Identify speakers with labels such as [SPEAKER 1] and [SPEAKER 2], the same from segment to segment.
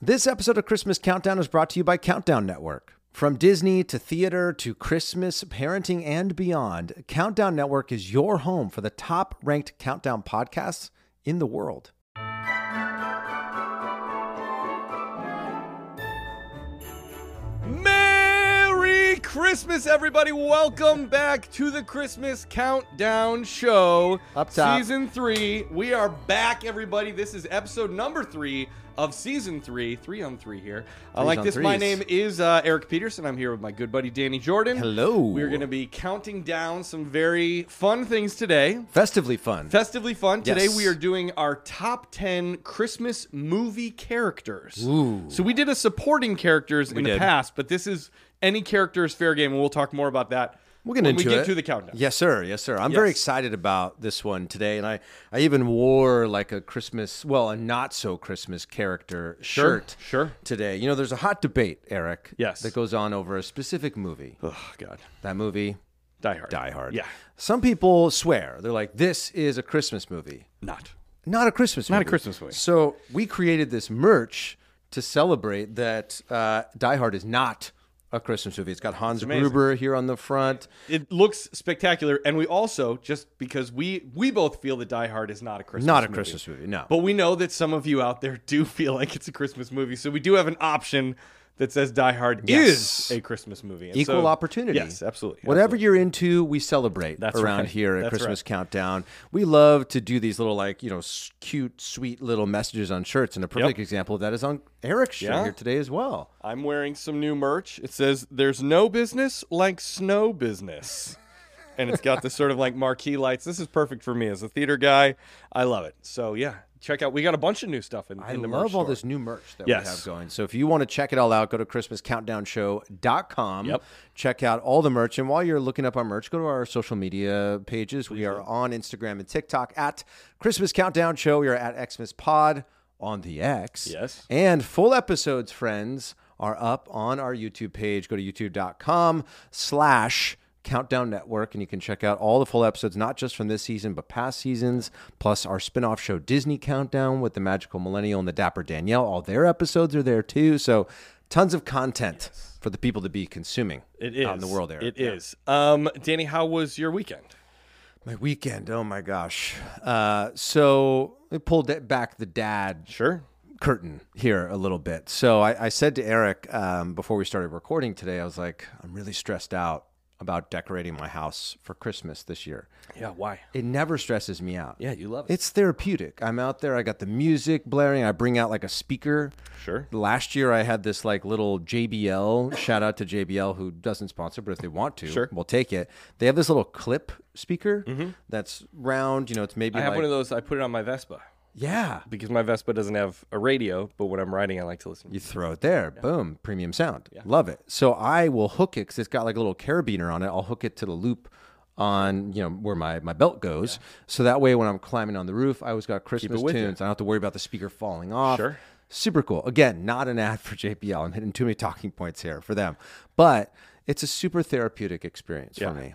[SPEAKER 1] This episode of Christmas Countdown is brought to you by Countdown Network. From Disney to theater to Christmas, parenting, and beyond, Countdown Network is your home for the top ranked countdown podcasts in the world.
[SPEAKER 2] Merry Christmas, everybody. Welcome back to the Christmas Countdown Show.
[SPEAKER 1] Up top.
[SPEAKER 2] Season three. We are back, everybody. This is episode number three of season three. Three on three here. Uh,
[SPEAKER 1] Threes
[SPEAKER 2] like
[SPEAKER 1] on
[SPEAKER 2] this, my
[SPEAKER 1] threes.
[SPEAKER 2] name is uh, Eric Peterson. I'm here with my good buddy Danny Jordan.
[SPEAKER 1] Hello.
[SPEAKER 2] We're going to be counting down some very fun things today.
[SPEAKER 1] Festively fun.
[SPEAKER 2] Festively fun. Today
[SPEAKER 1] Yes.
[SPEAKER 2] we are doing our top 10 Christmas movie characters.
[SPEAKER 1] Ooh.
[SPEAKER 2] So we did a supporting characters in the
[SPEAKER 1] did.
[SPEAKER 2] past, but this is any character is fair game, and we'll talk more about that
[SPEAKER 1] We'll get
[SPEAKER 2] when
[SPEAKER 1] into
[SPEAKER 2] we get
[SPEAKER 1] it.
[SPEAKER 2] to the countdown.
[SPEAKER 1] Yes, sir. Yes, sir. I'm very
[SPEAKER 2] Yes.
[SPEAKER 1] excited about this one today, and I, I even wore like a Christmas, well, a not so Christmas character shirt
[SPEAKER 2] sure.
[SPEAKER 1] today. You know, there's a hot debate, Eric.
[SPEAKER 2] Yes.
[SPEAKER 1] that goes on over a specific movie.
[SPEAKER 2] Oh, God.
[SPEAKER 1] That movie,
[SPEAKER 2] Die Hard.
[SPEAKER 1] Die Hard.
[SPEAKER 2] Yeah.
[SPEAKER 1] Some people swear they're like, "This is a Christmas movie."
[SPEAKER 2] Not.
[SPEAKER 1] Not a Christmas. Not movie.
[SPEAKER 2] a Christmas movie.
[SPEAKER 1] So we created this merch to celebrate that uh, Die Hard is not a Christmas movie. It's got Hans Gruber here on the front.
[SPEAKER 2] It looks spectacular, and we also, just because we we both feel that Die Hard is not a Christmas
[SPEAKER 1] Not a
[SPEAKER 2] movie.
[SPEAKER 1] Christmas movie. No.
[SPEAKER 2] But we know that some of you out there do feel like it's a Christmas movie, so we do have an option that says Die Hard
[SPEAKER 1] Yes.
[SPEAKER 2] is a Christmas movie. And
[SPEAKER 1] Equal
[SPEAKER 2] so-
[SPEAKER 1] opportunity.
[SPEAKER 2] Yes, absolutely.
[SPEAKER 1] Whatever you're into, we celebrate
[SPEAKER 2] That's
[SPEAKER 1] around
[SPEAKER 2] right.
[SPEAKER 1] here at
[SPEAKER 2] That's
[SPEAKER 1] Christmas Countdown. We love to do these little, like, you know, s- cute, sweet little messages on shirts. And a perfect example of that is on Eric's shirt
[SPEAKER 2] Yeah.
[SPEAKER 1] here today as well.
[SPEAKER 2] I'm wearing some new merch. It says, There's no business like snow business. and it's got this sort of like marquee lights. This is perfect for me as a theater guy. I love it. So, yeah, check out. We got a bunch of new stuff in,
[SPEAKER 1] I
[SPEAKER 2] in the
[SPEAKER 1] love
[SPEAKER 2] merch
[SPEAKER 1] all
[SPEAKER 2] store.
[SPEAKER 1] this new merch that we
[SPEAKER 2] Yes.
[SPEAKER 1] have going. So if you want to check it all out, go to christmascountdownshow.com.
[SPEAKER 2] Yep.
[SPEAKER 1] Check out all the merch. And while you're looking up our merch, go to our social media pages. We are on Instagram and TikTok at Christmas Countdown Show. We are at Xmas Pod on the X.
[SPEAKER 2] Yes.
[SPEAKER 1] And full episodes, friends, are up on our YouTube page. Go to youtube.com slash Countdown Network, and you can check out all the full episodes, not just from this season, but past seasons, plus our spin off show Disney Countdown with the Magical Millennial and the Dapper Danielle. All their episodes are there too. So tons of content for the people to be consuming
[SPEAKER 2] It is.
[SPEAKER 1] out in the world there.
[SPEAKER 2] It is. Um, Danny, how was your weekend?
[SPEAKER 1] My weekend, oh my gosh. Uh, so we pulled it back the dad
[SPEAKER 2] Sure.
[SPEAKER 1] curtain here a little bit. So I, I said to Eric um, before we started recording today, I was like, I'm really stressed out about decorating my house for Christmas this year.
[SPEAKER 2] Yeah, why?
[SPEAKER 1] It never stresses me out.
[SPEAKER 2] Yeah, you love it.
[SPEAKER 1] It's therapeutic. I'm out there. I got the music blaring. I bring out like a speaker.
[SPEAKER 2] Sure.
[SPEAKER 1] Last year, I had this like little JBL. Shout out to JBL, who doesn't sponsor, but if they want to,
[SPEAKER 2] Sure. Mm-hmm.
[SPEAKER 1] we'll take it. They have this little clip speaker that's round. You know, it's maybe
[SPEAKER 2] I have
[SPEAKER 1] like
[SPEAKER 2] one of those. I put it on my Vespa
[SPEAKER 1] yeah.
[SPEAKER 2] because my Vespa doesn't have a radio, but when I'm riding, I like to listen.
[SPEAKER 1] You throw it there, boom, premium sound. Love it. So I will hook it because it's got like a little carabiner on it. I'll hook it to the loop on you know where my, my belt goes. So that way, when I'm climbing on the roof, I always got Christmas
[SPEAKER 2] with you.
[SPEAKER 1] tunes. I don't have to worry about the speaker falling off.
[SPEAKER 2] Sure.
[SPEAKER 1] Super cool. Again, not an ad for JPL. I'm hitting too many talking points here for them, but it's a super therapeutic experience for me.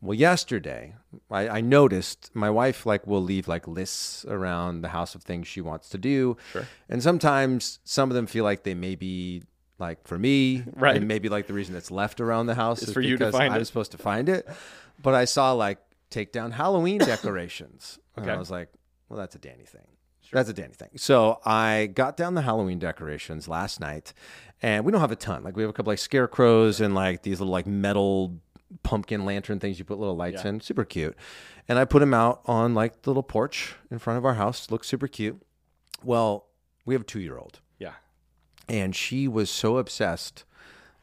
[SPEAKER 1] Well, yesterday I, I noticed my wife like will leave like lists around the house of things she wants to do, and sometimes some of them feel like they may be like for me,
[SPEAKER 2] Right.
[SPEAKER 1] And maybe like the reason it's left around the house is
[SPEAKER 2] for you to
[SPEAKER 1] because
[SPEAKER 2] find
[SPEAKER 1] I'm
[SPEAKER 2] it.
[SPEAKER 1] supposed to find it, but I saw like take down Halloween decorations, and I
[SPEAKER 2] Okay.
[SPEAKER 1] was like, well, that's a Danny thing. That's a Danny thing. So I got down the Halloween decorations last night, and we don't have a ton. Like we have a couple like scarecrows and like these little like metal pumpkin lantern things you put little lights in. Super cute. And I put them out on like the little porch in front of our house. Looks super cute. Well, we have a two year old
[SPEAKER 2] Yeah.
[SPEAKER 1] and she was so obsessed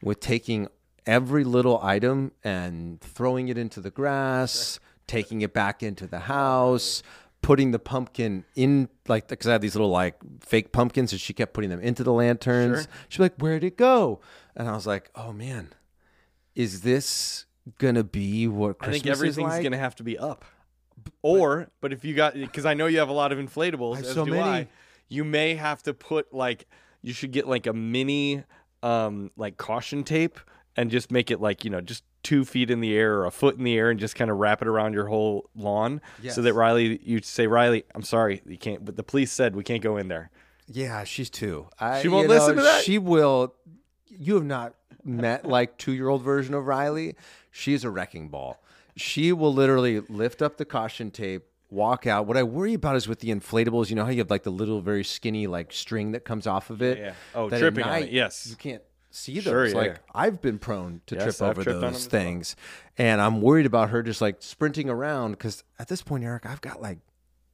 [SPEAKER 1] with taking every little item and throwing it into the grass, taking it back into the house, putting the pumpkin in like because I had these little like fake pumpkins, and she kept putting them into the lanterns. She's like, "Where'd it go?" And I was like, "Oh man, is this gonna be what
[SPEAKER 2] I
[SPEAKER 1] Christmas
[SPEAKER 2] think everything's
[SPEAKER 1] is like?"
[SPEAKER 2] going to have to be up. Or, but if you got, because I know you have a lot of inflatables,
[SPEAKER 1] have
[SPEAKER 2] as
[SPEAKER 1] so
[SPEAKER 2] do
[SPEAKER 1] many.
[SPEAKER 2] I, you may have to put like, you should get like a mini, um, like caution tape and just make it like, you know, just two feet in the air or a foot in the air and just kind of wrap it around your whole lawn so
[SPEAKER 1] Yes.
[SPEAKER 2] that Riley, you say, Riley, I'm sorry, you can't, but the police said we can't go in there.
[SPEAKER 1] Yeah, she's two. I,
[SPEAKER 2] She won't
[SPEAKER 1] you know,
[SPEAKER 2] listen to that?
[SPEAKER 1] She will. You have not met like two year old version of Riley. She's a wrecking ball. She will literally lift up the caution tape, walk out. What I worry about is with the inflatables. You know how you have like the little, very skinny, like string that comes off of it.
[SPEAKER 2] Yeah. Oh,
[SPEAKER 1] That at
[SPEAKER 2] tripping on it,
[SPEAKER 1] night,
[SPEAKER 2] yes.
[SPEAKER 1] you can't see those.
[SPEAKER 2] Sure, yeah,
[SPEAKER 1] like
[SPEAKER 2] yeah.
[SPEAKER 1] I've been prone to
[SPEAKER 2] Yes,
[SPEAKER 1] trip
[SPEAKER 2] I've
[SPEAKER 1] over
[SPEAKER 2] tripped on them
[SPEAKER 1] those
[SPEAKER 2] as well.
[SPEAKER 1] things, and I'm worried about her just like sprinting around because at this point, Eric, I've got like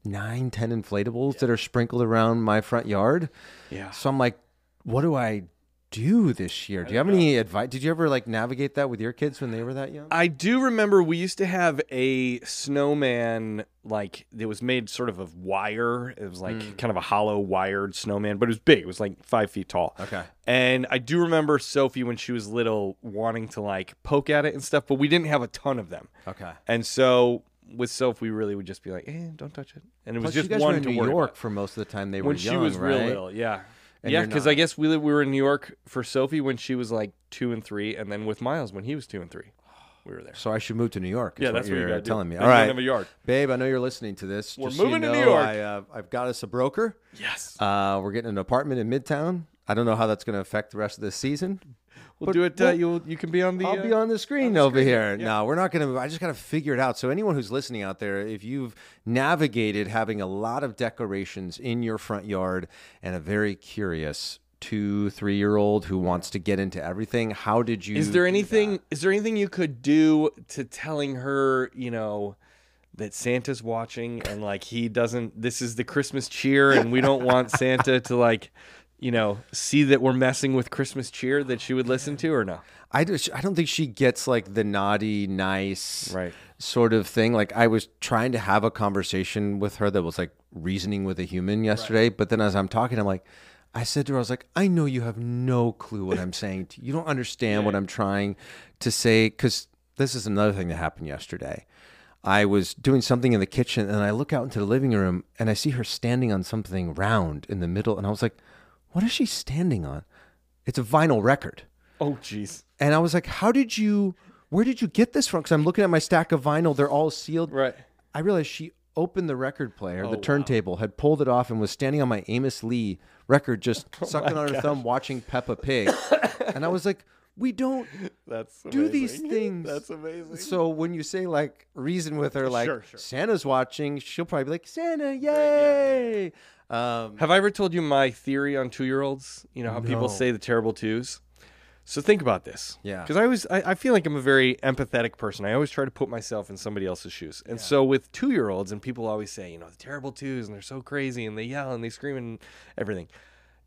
[SPEAKER 1] nine, ten inflatables that are sprinkled around my front yard.
[SPEAKER 2] Yeah.
[SPEAKER 1] So I'm like, what do I do this year? Do you have any advice? Did you ever like navigate that with your kids when they were that young?
[SPEAKER 2] I do remember we used to have a snowman like it was made sort of of wire. It was like
[SPEAKER 1] Hmm.
[SPEAKER 2] kind of a hollow wired snowman, but it was big. It was like five feet tall.
[SPEAKER 1] Okay.
[SPEAKER 2] And I do remember Sophie when she was little wanting to like poke at it and stuff, but we didn't have a ton of them.
[SPEAKER 1] Okay.
[SPEAKER 2] And so with Soph, we really would just be like, eh, don't touch it. And it was
[SPEAKER 1] Plus,
[SPEAKER 2] just
[SPEAKER 1] you guys
[SPEAKER 2] one
[SPEAKER 1] were in
[SPEAKER 2] to
[SPEAKER 1] New
[SPEAKER 2] worry
[SPEAKER 1] York
[SPEAKER 2] about.
[SPEAKER 1] for most of the time they were
[SPEAKER 2] when
[SPEAKER 1] young,
[SPEAKER 2] she was
[SPEAKER 1] right?
[SPEAKER 2] real little. Yeah.
[SPEAKER 1] And
[SPEAKER 2] yeah,
[SPEAKER 1] you're
[SPEAKER 2] because I guess we lived, we were in New York for Sophie when she was like two and three, and then with Miles when he was two and three, we were there.
[SPEAKER 1] So I should move to New York. is
[SPEAKER 2] Yeah, that's what you
[SPEAKER 1] you're
[SPEAKER 2] gotta do.
[SPEAKER 1] telling me.
[SPEAKER 2] Then
[SPEAKER 1] All
[SPEAKER 2] you don't
[SPEAKER 1] right,
[SPEAKER 2] have a yard.
[SPEAKER 1] babe. I know you're listening to this.
[SPEAKER 2] We're
[SPEAKER 1] Just so you
[SPEAKER 2] moving to New
[SPEAKER 1] know,
[SPEAKER 2] York.
[SPEAKER 1] I, uh, I've got us a broker.
[SPEAKER 2] Yes,
[SPEAKER 1] Uh, we're getting an apartment in Midtown. I don't know how that's going to affect the rest of the season.
[SPEAKER 2] we'll
[SPEAKER 1] but
[SPEAKER 2] do it. Uh,
[SPEAKER 1] we'll-
[SPEAKER 2] you you can be on the.
[SPEAKER 1] I'll be
[SPEAKER 2] uh,
[SPEAKER 1] on the screen over here. No, we're not going to. I just got to figure it out. So anyone who's listening out there, if you've navigated having a lot of decorations in your front yard and a very curious two, three year old who wants to get into everything, how did you?
[SPEAKER 2] Is there anything? Is there anything you could do to telling her? You know. That Santa's watching and like he doesn't. This is the Christmas cheer, and we don't want Santa to like, you know, see that we're messing with Christmas cheer that she would listen to or no.
[SPEAKER 1] I just, I don't think she gets like the naughty, nice,
[SPEAKER 2] Right.
[SPEAKER 1] sort of thing. Like I was trying to have a conversation with her that was like reasoning with a human yesterday, but then as I'm talking, I'm like, I said to her, I was like, I know you have no clue what I'm saying. To you. you don't understand what I'm trying to say because this is another thing that happened yesterday. I was doing something in the kitchen and I look out into the living room and I see her standing on something round in the middle, and I was like, what is she standing on? It's a vinyl record.
[SPEAKER 2] Oh, jeez.
[SPEAKER 1] And I was like, how did you, where did you get this from? Because I'm looking at my stack of vinyl, they're all sealed.
[SPEAKER 2] Right. Oh,
[SPEAKER 1] I realized she opened the record player, the
[SPEAKER 2] wow.
[SPEAKER 1] turntable, had pulled it off, and was standing on my Amos Lee record, just
[SPEAKER 2] Oh
[SPEAKER 1] sucking on her thumb, watching Peppa Pig. and I was like, we don't
[SPEAKER 2] That's
[SPEAKER 1] do these things.
[SPEAKER 2] amazing.
[SPEAKER 1] so when you say like reason with her, like
[SPEAKER 2] Sure, sure.
[SPEAKER 1] Santa's watching, she'll probably be like, Santa, yay! Um,
[SPEAKER 2] Have I ever told you my theory on two-year-olds? You know how people say the terrible twos. So think about this.
[SPEAKER 1] Yeah.
[SPEAKER 2] Because I always, I, I feel like I'm a very empathetic person. I always try to put myself in somebody else's shoes. And so with two-year-olds, and people always say, you know, the terrible twos, and they're so crazy, and they yell and they scream and everything.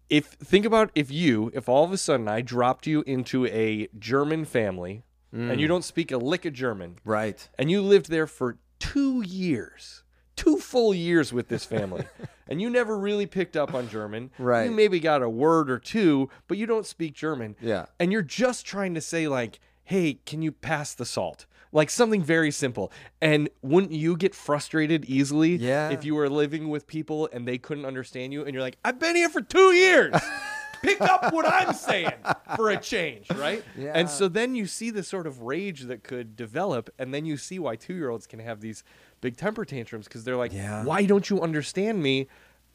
[SPEAKER 2] If think about if you, if all of a sudden I dropped you into a German family, and
[SPEAKER 1] Mm.
[SPEAKER 2] you don't speak a lick of German,
[SPEAKER 1] right.
[SPEAKER 2] and you lived there for two years, two full years with this family, and you never really picked up on German.
[SPEAKER 1] Right.
[SPEAKER 2] You maybe got a word or two, but you don't speak German.
[SPEAKER 1] Yeah.
[SPEAKER 2] And you're just trying to say, like, hey, can you pass the salt? Like something very simple. And wouldn't you get frustrated easily
[SPEAKER 1] Yeah.
[SPEAKER 2] if you were living with people and they couldn't understand you and you're like, I've been here for two years. Pick up what I'm saying for a change, right?
[SPEAKER 1] Yeah.
[SPEAKER 2] And so then you see the sort of rage that could develop, and then you see why two year olds can have these big temper tantrums because they're like,
[SPEAKER 1] Yeah.
[SPEAKER 2] why don't you understand me?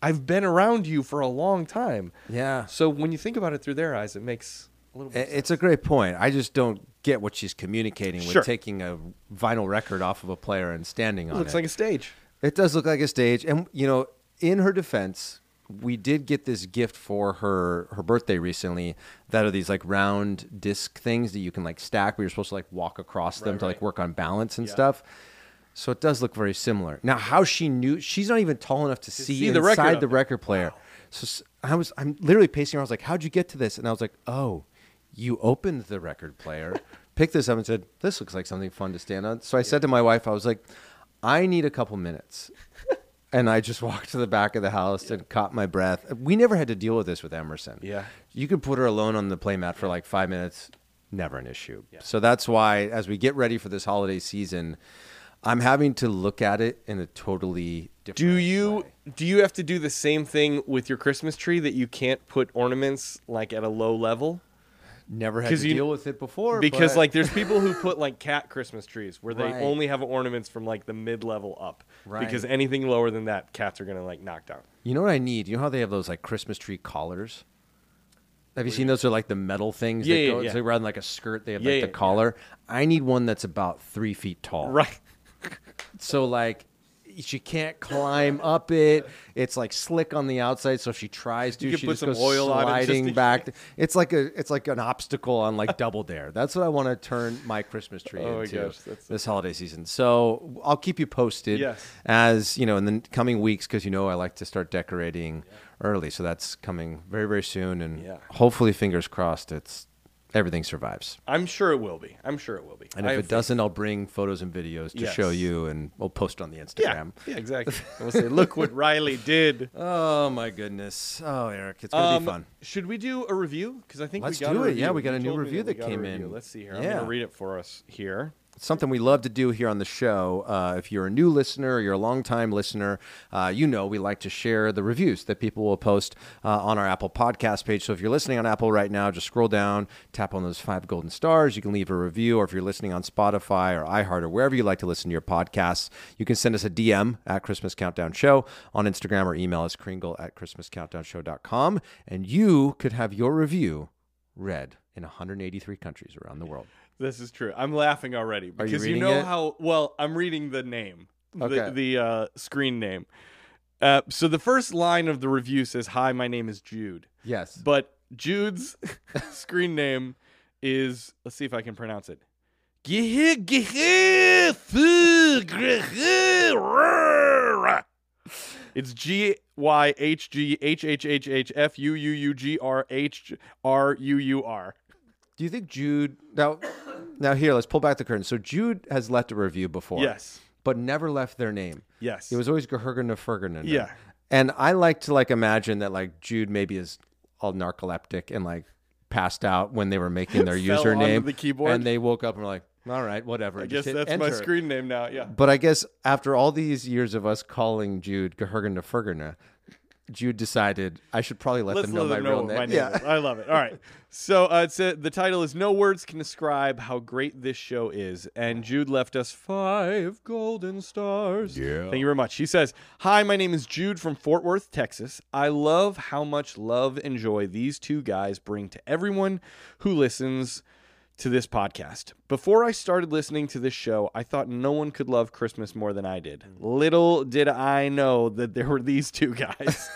[SPEAKER 2] I've been around you for a long time.
[SPEAKER 1] Yeah.
[SPEAKER 2] So when you think about it through their eyes, it makes a little
[SPEAKER 1] I-
[SPEAKER 2] bit.
[SPEAKER 1] It's a great point. I just don't get what she's communicating
[SPEAKER 2] Sure.
[SPEAKER 1] with taking a vinyl record off of a player and standing on
[SPEAKER 2] looks
[SPEAKER 1] it.
[SPEAKER 2] like a stage.
[SPEAKER 1] it does look like a stage, and you know, in her defense, we did get this gift for her her birthday recently. That are these like round disc things that you can like stack. where you are supposed to like walk across them to like work on balance and stuff. So it does look very similar. Now, how she knew she's not even tall enough to, see,
[SPEAKER 2] see the record
[SPEAKER 1] inside
[SPEAKER 2] of
[SPEAKER 1] the
[SPEAKER 2] it.
[SPEAKER 1] record player. So s- I was I'm literally pacing around. I was like, "How'd you get to this?" And I was like, "Oh, you opened the record player, picked this up, and said this looks like something fun to stand on." So I said to my wife, "I was like, I need a couple minutes." And I just walked to the back of the house and caught my breath. We never had to deal with this with Emerson.
[SPEAKER 2] Yeah.
[SPEAKER 1] You could put her alone on the playmat for like five minutes, never an issue. So that's why, as we get ready for this holiday season, I'm having to look at it in a totally different
[SPEAKER 2] Do you do you have to do the same thing with your Christmas tree that you can't put ornaments like at a low level?
[SPEAKER 1] Never had
[SPEAKER 2] 'Cause
[SPEAKER 1] to
[SPEAKER 2] you-
[SPEAKER 1] deal with it before.
[SPEAKER 2] because
[SPEAKER 1] but-
[SPEAKER 2] like there's people who put like cat Christmas trees where they
[SPEAKER 1] Right.
[SPEAKER 2] only have ornaments from like the mid level up.
[SPEAKER 1] Right.
[SPEAKER 2] Because anything lower than that, cats are gonna like knock down.
[SPEAKER 1] you know what I need? You know how they have those like Christmas tree collars? Have you seen those? They're like the metal things
[SPEAKER 2] Yeah,
[SPEAKER 1] that
[SPEAKER 2] yeah,
[SPEAKER 1] go
[SPEAKER 2] yeah.
[SPEAKER 1] it's like around like a skirt. They have
[SPEAKER 2] Yeah,
[SPEAKER 1] like
[SPEAKER 2] yeah,
[SPEAKER 1] the
[SPEAKER 2] yeah.
[SPEAKER 1] collar. I need one that's about three feet tall.
[SPEAKER 2] Right.
[SPEAKER 1] So like she can't climb up it. It's like slick on the outside. So if she tries to,
[SPEAKER 2] You could
[SPEAKER 1] she
[SPEAKER 2] put
[SPEAKER 1] just
[SPEAKER 2] some
[SPEAKER 1] goes
[SPEAKER 2] oil on it just
[SPEAKER 1] sliding
[SPEAKER 2] in
[SPEAKER 1] back. It's like a it's like an obstacle on like Double Dare. That's what I want to turn my Christmas tree
[SPEAKER 2] Oh my
[SPEAKER 1] into
[SPEAKER 2] gosh, that's-
[SPEAKER 1] this holiday season. So I'll keep you posted
[SPEAKER 2] Yes.
[SPEAKER 1] as you know in the coming weeks because you know I like to start decorating early. So that's coming very very soon, and
[SPEAKER 2] Yeah.
[SPEAKER 1] hopefully, fingers crossed, it's everything survives.
[SPEAKER 2] I'm sure it will be. I'm sure it will be.
[SPEAKER 1] And
[SPEAKER 2] I
[SPEAKER 1] if
[SPEAKER 2] have
[SPEAKER 1] it doesn't, I'll bring photos and videos to
[SPEAKER 2] Yes.
[SPEAKER 1] show you, and we'll post on the Instagram.
[SPEAKER 2] faith. yeah, yeah, exactly. And we'll say, look what Riley did.
[SPEAKER 1] Oh my goodness! Oh, Eric, it's gonna be
[SPEAKER 2] Um,
[SPEAKER 1] fun.
[SPEAKER 2] Should we do a review? Because I think
[SPEAKER 1] Let's
[SPEAKER 2] we got
[SPEAKER 1] do
[SPEAKER 2] a
[SPEAKER 1] it. Yeah,
[SPEAKER 2] review.
[SPEAKER 1] we got
[SPEAKER 2] You
[SPEAKER 1] a new
[SPEAKER 2] told me
[SPEAKER 1] review that
[SPEAKER 2] we got a
[SPEAKER 1] came
[SPEAKER 2] review.
[SPEAKER 1] in.
[SPEAKER 2] Let's see here. I'm
[SPEAKER 1] Yeah.
[SPEAKER 2] gonna read it for us here.
[SPEAKER 1] It's something we love to do here on the show. Uh, if you're a new listener, or you're a longtime listener, uh, you know we like to share the reviews that people will post uh, on our Apple podcast page. So if you're listening on Apple right now, just scroll down, tap on those five golden stars. You can leave a review, or if you're listening on Spotify or iHeart or wherever you like to listen to your podcasts, you can send us a DM at Christmas Countdown Show on Instagram or email us kringle at christmascountdownshow.com. And you could have your review read in 183 countries around the world.
[SPEAKER 2] This is true. I'm laughing already
[SPEAKER 1] Are you
[SPEAKER 2] because you,
[SPEAKER 1] reading
[SPEAKER 2] know
[SPEAKER 1] it?
[SPEAKER 2] how well I'm reading the name,
[SPEAKER 1] Okay.
[SPEAKER 2] the, the uh, screen name. Uh, so the first line of the review says, "Hi, my name is Jude,"
[SPEAKER 1] Yes.
[SPEAKER 2] but Jude's screen name is let's see if I can pronounce it. It's G Y H G H H H H F U U U G R H R U U R.
[SPEAKER 1] Do you think Jude now? Now here, let's pull back the curtain. So Jude has left a review before,
[SPEAKER 2] Yes.
[SPEAKER 1] but never left their name.
[SPEAKER 2] Yes.
[SPEAKER 1] It was always Gehergen of Fergunen.
[SPEAKER 2] Yeah.
[SPEAKER 1] and I like to like imagine that like Jude maybe is all narcoleptic and like passed out when they were making their
[SPEAKER 2] Fell onto
[SPEAKER 1] username
[SPEAKER 2] the keyboard.
[SPEAKER 1] and they woke up and were like, all right, whatever.
[SPEAKER 2] I guess that's my screen name now. Yeah.
[SPEAKER 1] But I guess after all these years of us calling Jude Gehergen of Fergunen, Jude decided I should probably let
[SPEAKER 2] Let's
[SPEAKER 1] them know
[SPEAKER 2] let
[SPEAKER 1] my
[SPEAKER 2] them
[SPEAKER 1] real
[SPEAKER 2] know what
[SPEAKER 1] name.
[SPEAKER 2] my name
[SPEAKER 1] yeah.
[SPEAKER 2] is. I love it. All right. So uh, it's uh the title is "No Words Can Describe How Great This Show Is," and Jude left us five golden stars. Yeah. Thank you very much. He says, "Hi, my name is Jude from Fort Worth, Texas. I love how much love and joy these two guys bring to everyone who listens." to this podcast. Before I started listening to this show, I thought no one could love Christmas more than I did. Little did I know that there were these two guys.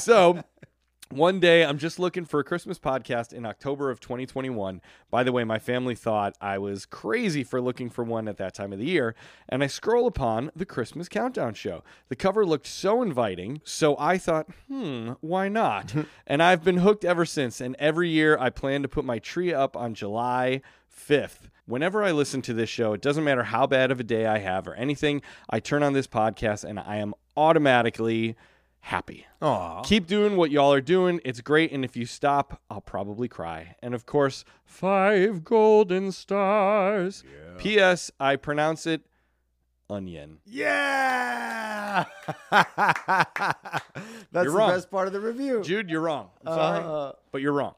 [SPEAKER 2] so, one day I'm just looking for a Christmas podcast in October of 2021. By the way, my family thought I was crazy for looking for one at that time of the year, and I scroll upon the Christmas Countdown show. The cover looked so inviting, so I thought, "Hmm, why not?" and I've been hooked ever since, and every year I plan to put my tree up on July 5th. Whenever I listen to this show, it doesn't matter how bad of a day I have or anything, I turn on this podcast and I am automatically happy.
[SPEAKER 1] Aw.
[SPEAKER 2] Keep doing what y'all are doing. It's great. And if you stop, I'll probably cry. And of course, five golden stars. P.S. I pronounce it onion.
[SPEAKER 1] Yeah, that's the
[SPEAKER 2] wrong.
[SPEAKER 1] best part of the review.
[SPEAKER 2] Jude, you're wrong. I'm sorry,
[SPEAKER 1] Uh,
[SPEAKER 2] but you're wrong.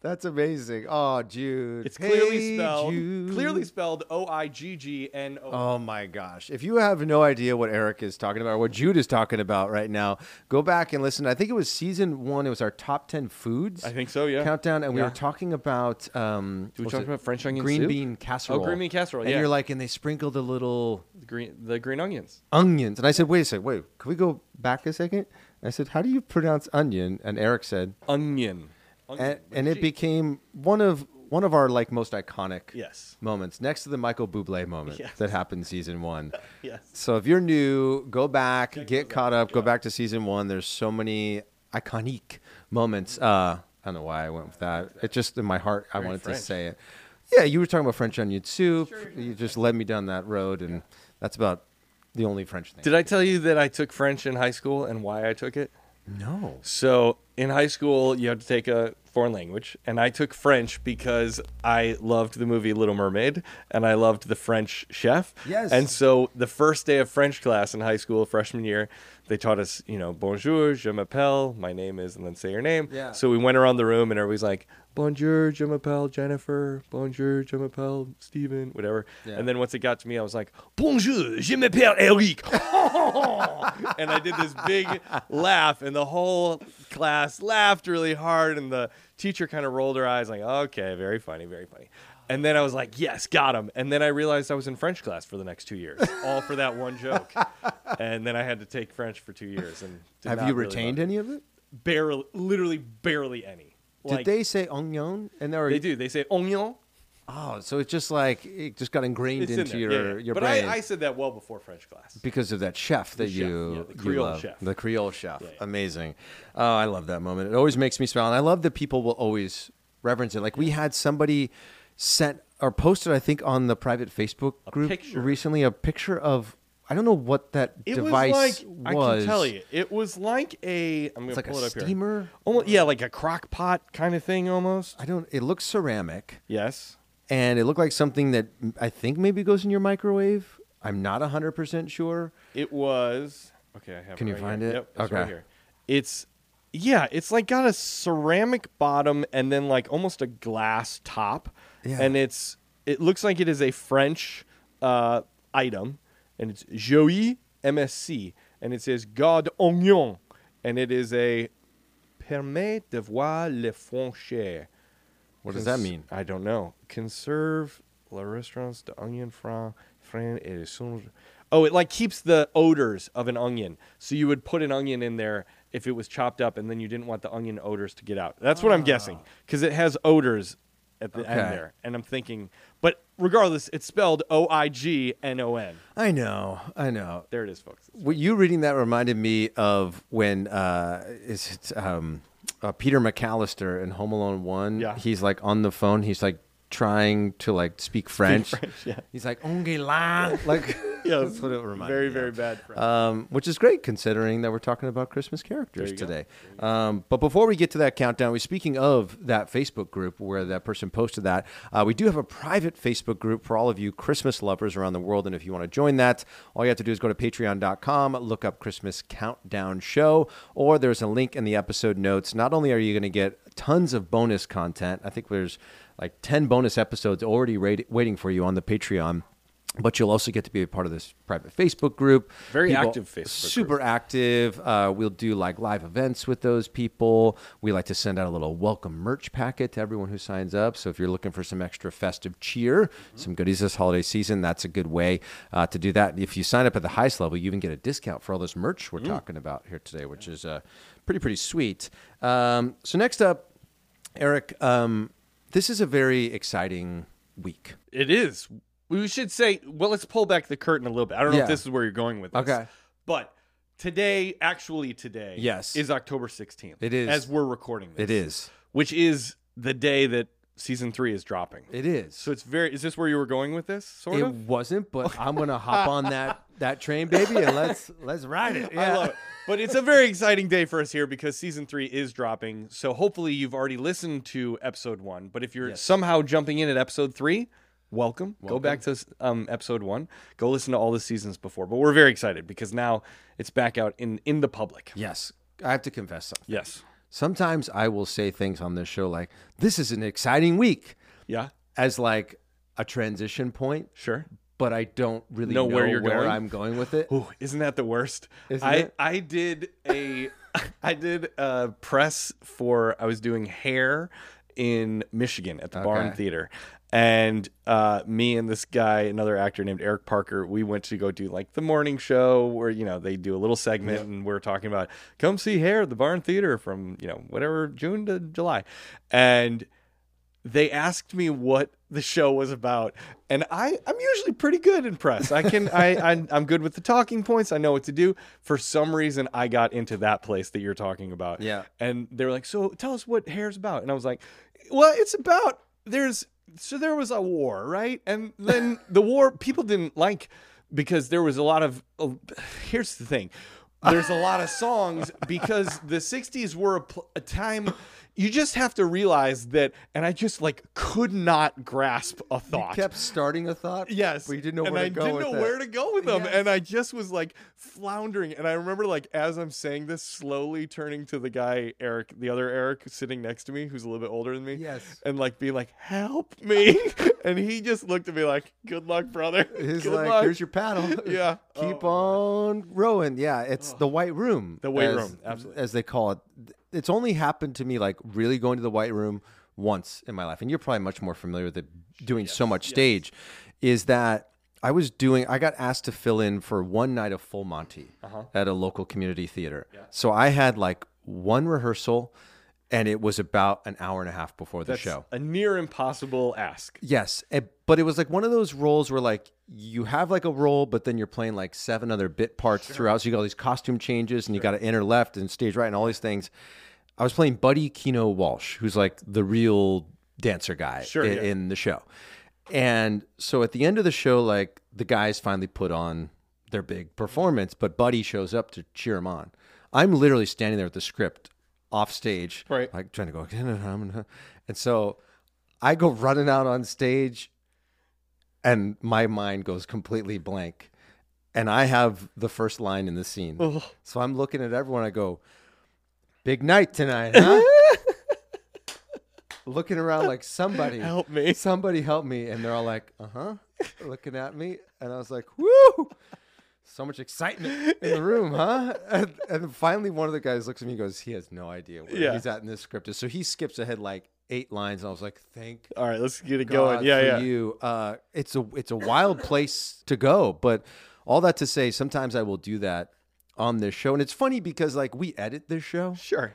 [SPEAKER 1] that's amazing. Oh, Jude,
[SPEAKER 2] It's clearly
[SPEAKER 1] Hey,
[SPEAKER 2] spelled
[SPEAKER 1] Jude.
[SPEAKER 2] clearly spelled O I G G N O.
[SPEAKER 1] Oh my gosh! If you have no idea what Eric is talking about or what Jude is talking about right now, go back and listen. I think it was season one. It was our top ten foods.
[SPEAKER 2] I think so. Yeah.
[SPEAKER 1] countdown, and we
[SPEAKER 2] Yeah.
[SPEAKER 1] were talking about um, what
[SPEAKER 2] we
[SPEAKER 1] was
[SPEAKER 2] talk
[SPEAKER 1] it?
[SPEAKER 2] about French onion
[SPEAKER 1] green
[SPEAKER 2] soup?
[SPEAKER 1] bean casserole.
[SPEAKER 2] Oh, green bean casserole.
[SPEAKER 1] And
[SPEAKER 2] yeah.
[SPEAKER 1] you're like, and they sprinkled the little
[SPEAKER 2] the green the green onions.
[SPEAKER 1] onions. And I said, wait a second, wait, can we go back a second? And I said, how do you pronounce onion? And Eric said,
[SPEAKER 2] Onion. Onion
[SPEAKER 1] and,
[SPEAKER 2] with
[SPEAKER 1] and
[SPEAKER 2] a
[SPEAKER 1] it
[SPEAKER 2] G.
[SPEAKER 1] became one of one of our like most iconic
[SPEAKER 2] yes.
[SPEAKER 1] moments next to the Michael Bublé moment
[SPEAKER 2] Yes.
[SPEAKER 1] that happened season 1.
[SPEAKER 2] Yes.
[SPEAKER 1] So if you're new, go back, get caught up, go back to season 1. There's so many iconic moments. Uh I don't know why I went with that. It just in my heart I wanted
[SPEAKER 2] French.
[SPEAKER 1] to say it. Yeah, you were talking about French onion soup. You just led me down that road and that's about the only French thing.
[SPEAKER 2] Did I tell you that I took French in high school and why I took it?
[SPEAKER 1] no.
[SPEAKER 2] So in high school, you had to take a foreign language, and I took French because I loved the movie Little Mermaid and I loved the French chef.
[SPEAKER 1] Yes.
[SPEAKER 2] And so the first day of French class in high school, freshman year, they taught us, you know, bonjour, je m'appelle, my name is, and then say your name.
[SPEAKER 1] Yeah.
[SPEAKER 2] So we went around the room and everybody's like, bonjour, je m'appelle Jennifer, bonjour, je m'appelle Steven, whatever.
[SPEAKER 1] Yeah.
[SPEAKER 2] And then once it got to me, I was like, bonjour, je m'appelle Eric. and I did this big laugh, and the whole class laughed really hard, and the teacher kind of rolled her eyes, like, okay, very funny, very funny. And then I was like, yes, got him. And then I realized I was in French class for the next two years, all for that one joke. and then I had to take French for two years. And did
[SPEAKER 1] Have
[SPEAKER 2] not
[SPEAKER 1] you
[SPEAKER 2] really
[SPEAKER 1] retained
[SPEAKER 2] love
[SPEAKER 1] any of it?
[SPEAKER 2] it. Barely, literally barely any.
[SPEAKER 1] Did
[SPEAKER 2] Like,
[SPEAKER 1] they say onion? And they're
[SPEAKER 2] They do. They say oignon.
[SPEAKER 1] oh, so it's just like it just got ingrained
[SPEAKER 2] It's in
[SPEAKER 1] into
[SPEAKER 2] there.
[SPEAKER 1] your
[SPEAKER 2] Yeah, yeah.
[SPEAKER 1] your
[SPEAKER 2] but
[SPEAKER 1] brain
[SPEAKER 2] I, I said that well before French class.
[SPEAKER 1] because of that chef that
[SPEAKER 2] chef,
[SPEAKER 1] you
[SPEAKER 2] yeah, the
[SPEAKER 1] you
[SPEAKER 2] Creole
[SPEAKER 1] love.
[SPEAKER 2] chef.
[SPEAKER 1] the Creole chef.
[SPEAKER 2] Yeah, yeah.
[SPEAKER 1] Amazing. Oh, I love that moment. It always makes me smile, and I love that people will always reverence it. Like we had somebody sent or posted, I think, on the private Facebook group
[SPEAKER 2] picture.
[SPEAKER 1] recently, a picture of I don't know what that
[SPEAKER 2] It
[SPEAKER 1] device
[SPEAKER 2] was like I
[SPEAKER 1] was.
[SPEAKER 2] can tell you, it was like a I'm gonna
[SPEAKER 1] It's like
[SPEAKER 2] pull
[SPEAKER 1] a
[SPEAKER 2] it up here.
[SPEAKER 1] steamer.
[SPEAKER 2] Almost, yeah, like a crock pot kind of thing almost.
[SPEAKER 1] I don't. It looks ceramic,
[SPEAKER 2] Yes.
[SPEAKER 1] and it looked like something that m- I think maybe goes in your microwave. I'm not hundred percent sure.
[SPEAKER 2] It was okay, I have
[SPEAKER 1] Can
[SPEAKER 2] it
[SPEAKER 1] you
[SPEAKER 2] right
[SPEAKER 1] find
[SPEAKER 2] here.
[SPEAKER 1] it?
[SPEAKER 2] Yep, it's right
[SPEAKER 1] Okay.
[SPEAKER 2] here. It's yeah, it's like got a ceramic bottom and then like almost a glass top.
[SPEAKER 1] Yeah.
[SPEAKER 2] And it's it looks like it is a French uh, item and it's Joey MSC and it says God Oignon and it is a Permet de voir le français.
[SPEAKER 1] What does
[SPEAKER 2] Cons-
[SPEAKER 1] that mean?
[SPEAKER 2] I don't know. Conserve la restaurants de onion franc fran et les sauces- Oh, it like keeps the odors of an onion. So you would put an onion in there if it was chopped up, and then you didn't want the onion odors to get out. That's what I'm guessing because it has odors at the
[SPEAKER 1] Ah. Okay.
[SPEAKER 2] end there, and I'm thinking. But regardless, it's spelled O I G N O N.
[SPEAKER 1] I know. I know.
[SPEAKER 2] There it is, folks.
[SPEAKER 1] What you reading that reminded me of when uh, is it um, uh, Peter McAllister in Home Alone One?
[SPEAKER 2] Yeah.
[SPEAKER 1] he's like on the phone. He's like trying to like speak French.
[SPEAKER 2] French, yeah.
[SPEAKER 1] He's like "Onge la," like
[SPEAKER 2] Yeah,
[SPEAKER 1] that's what it reminded
[SPEAKER 2] Very,
[SPEAKER 1] me.
[SPEAKER 2] very
[SPEAKER 1] of.
[SPEAKER 2] bad. Friend.
[SPEAKER 1] Um, which is great considering that we're talking about Christmas characters
[SPEAKER 2] There you go.
[SPEAKER 1] today. Um, but before we get to that countdown, we speaking of that Facebook group where that person posted that, uh, we do have a private Facebook group for all of you Christmas lovers around the world. And if you want to join that, all you have to do is go to patreon.com, look up Christmas Countdown Show, or there's a link in the episode notes. Not only are you going to get tons of bonus content, I think there's like 10 bonus episodes already ra- waiting for you on the Patreon. But you'll also get to be a part of this private Facebook group.
[SPEAKER 2] Very active Facebook group.
[SPEAKER 1] Super super active. Uh, we'll do like live events with those people. We like to send out a little welcome merch packet to everyone who signs up. So if you're looking for some extra festive cheer,
[SPEAKER 2] Mm-hmm.
[SPEAKER 1] some goodies this holiday season, that's a good way uh, to do that. If you sign up at the highest level, you even get a discount for all this merch we're
[SPEAKER 2] Mm.
[SPEAKER 1] talking about here today, which is uh, pretty pretty sweet. Um, so next up, Eric, um, this is a very exciting week.
[SPEAKER 2] It is. We should say, well, let's pull back the curtain a little bit. I don't know
[SPEAKER 1] Yeah.
[SPEAKER 2] if this is where you're going with this.
[SPEAKER 1] Okay.
[SPEAKER 2] But today, actually today,
[SPEAKER 1] Yes.
[SPEAKER 2] is October 16th.
[SPEAKER 1] It is.
[SPEAKER 2] As we're recording this.
[SPEAKER 1] It is.
[SPEAKER 2] Which is the day that season three is dropping.
[SPEAKER 1] It is.
[SPEAKER 2] so it's very, is this where you were going with this? Sort
[SPEAKER 1] It
[SPEAKER 2] of?
[SPEAKER 1] wasn't, but I'm gonna hop on that that train, baby, and let's let's ride it.
[SPEAKER 2] I
[SPEAKER 1] Yeah.
[SPEAKER 2] love it. But it's a very exciting day for us here because season three is dropping. So hopefully you've already listened to episode one. But if you're somehow jumping in at episode three, welcome. Go back to um, episode one. Go listen to all the seasons before. But we're very excited because now it's back out in in the public.
[SPEAKER 1] Yes, I have to confess something.
[SPEAKER 2] Yes.
[SPEAKER 1] Sometimes I will say things on this show like, "This is an exciting week,"
[SPEAKER 2] Yeah.
[SPEAKER 1] as like a transition point,
[SPEAKER 2] Sure.
[SPEAKER 1] but I don't really
[SPEAKER 2] Know
[SPEAKER 1] know,
[SPEAKER 2] where you're going?
[SPEAKER 1] I'm going with it.
[SPEAKER 2] Ooh, isn't that the worst?
[SPEAKER 1] Isn't
[SPEAKER 2] I
[SPEAKER 1] it?
[SPEAKER 2] I did a I did a press for I was doing hair in Michigan at the Barn
[SPEAKER 1] Okay.
[SPEAKER 2] Theater. And uh, me and this guy, another actor named Eric Parker, we went to go do like the morning show where you know they do a little segment and we're talking about come see hair at the Barn Theater from you know whatever June to July, and they asked me what the show was about and i i'm usually pretty good in press i can I, I i'm good with the talking points i know what to do for some reason i got into that place that you're talking about
[SPEAKER 1] Yeah.
[SPEAKER 2] and they were like so tell us what hair's about and i was like well it's about there's so there was a war right and then the war people didn't like because there was a lot of oh, here's the thing there's a lot of songs because the 60s were a, pl- a time you just have to realize that, and I just like could not grasp a
[SPEAKER 1] You
[SPEAKER 2] thought.
[SPEAKER 1] kept starting a thought.
[SPEAKER 2] Yes.
[SPEAKER 1] But you didn't know
[SPEAKER 2] and
[SPEAKER 1] where
[SPEAKER 2] I
[SPEAKER 1] to go
[SPEAKER 2] didn't
[SPEAKER 1] with
[SPEAKER 2] know
[SPEAKER 1] it.
[SPEAKER 2] where to go with them.
[SPEAKER 1] Yes.
[SPEAKER 2] And I just was like floundering. And I remember like as I'm saying this, slowly turning to the guy, Eric, the other Eric sitting next to me, who's a little bit older than me.
[SPEAKER 1] Yes.
[SPEAKER 2] And like being like, help me. and he just looked at me like, good luck, brother.
[SPEAKER 1] He's
[SPEAKER 2] good
[SPEAKER 1] like,
[SPEAKER 2] luck.
[SPEAKER 1] here's your paddle.
[SPEAKER 2] Yeah.
[SPEAKER 1] Keep on rowing. Yeah, it's the white room.
[SPEAKER 2] Oh, The white
[SPEAKER 1] as-
[SPEAKER 2] room, absolutely.
[SPEAKER 1] As they call it. It's only happened to me like really going to the white room once in my life. And you're probably much more familiar with it doing so much stage. Is that I was doing, I got asked to fill in for one night of Full Monty
[SPEAKER 2] Uh-huh.
[SPEAKER 1] at a local community theater. So I had like one rehearsal and it was about an hour and a half before the
[SPEAKER 2] That's
[SPEAKER 1] show.
[SPEAKER 2] A near impossible ask.
[SPEAKER 1] Yes, eh, but it was like one of those roles where like you have like a role, but then you're playing like seven other bit parts throughout. So you got all these costume changes, and you got to enter left and stage right, and all these things. I was playing Buddy Kino Walsh, who's like the real dancer guy
[SPEAKER 2] Sure,
[SPEAKER 1] i- in,
[SPEAKER 2] yeah.
[SPEAKER 1] the show. And so at the end of the show, like the guys finally put on their big performance, but Buddy shows up to cheer him on. I'm literally standing there with the script off stage,
[SPEAKER 2] Right.
[SPEAKER 1] Like trying to go, and so I go running out on stage and my mind goes completely blank. And I have the first line in the scene.
[SPEAKER 2] Oh.
[SPEAKER 1] So I'm looking at everyone. I go, big night tonight, huh? looking around like somebody
[SPEAKER 2] Help me.
[SPEAKER 1] somebody help me. And they're all like, uh huh, looking at me. And I was like, woo, so much excitement in the room, huh? And, and finally, one of the guys looks at me and goes, he has no idea where
[SPEAKER 2] Yeah.
[SPEAKER 1] he's at in this script. is." So he skips ahead like eight lines. And I was like, thank
[SPEAKER 2] All right, let's get it
[SPEAKER 1] God
[SPEAKER 2] going. Yeah,
[SPEAKER 1] for
[SPEAKER 2] yeah.
[SPEAKER 1] you. Uh, it's a it's a wild place to go, but all that to say, sometimes I will do that on this show, and it's funny because like we edit this show,
[SPEAKER 2] Sure.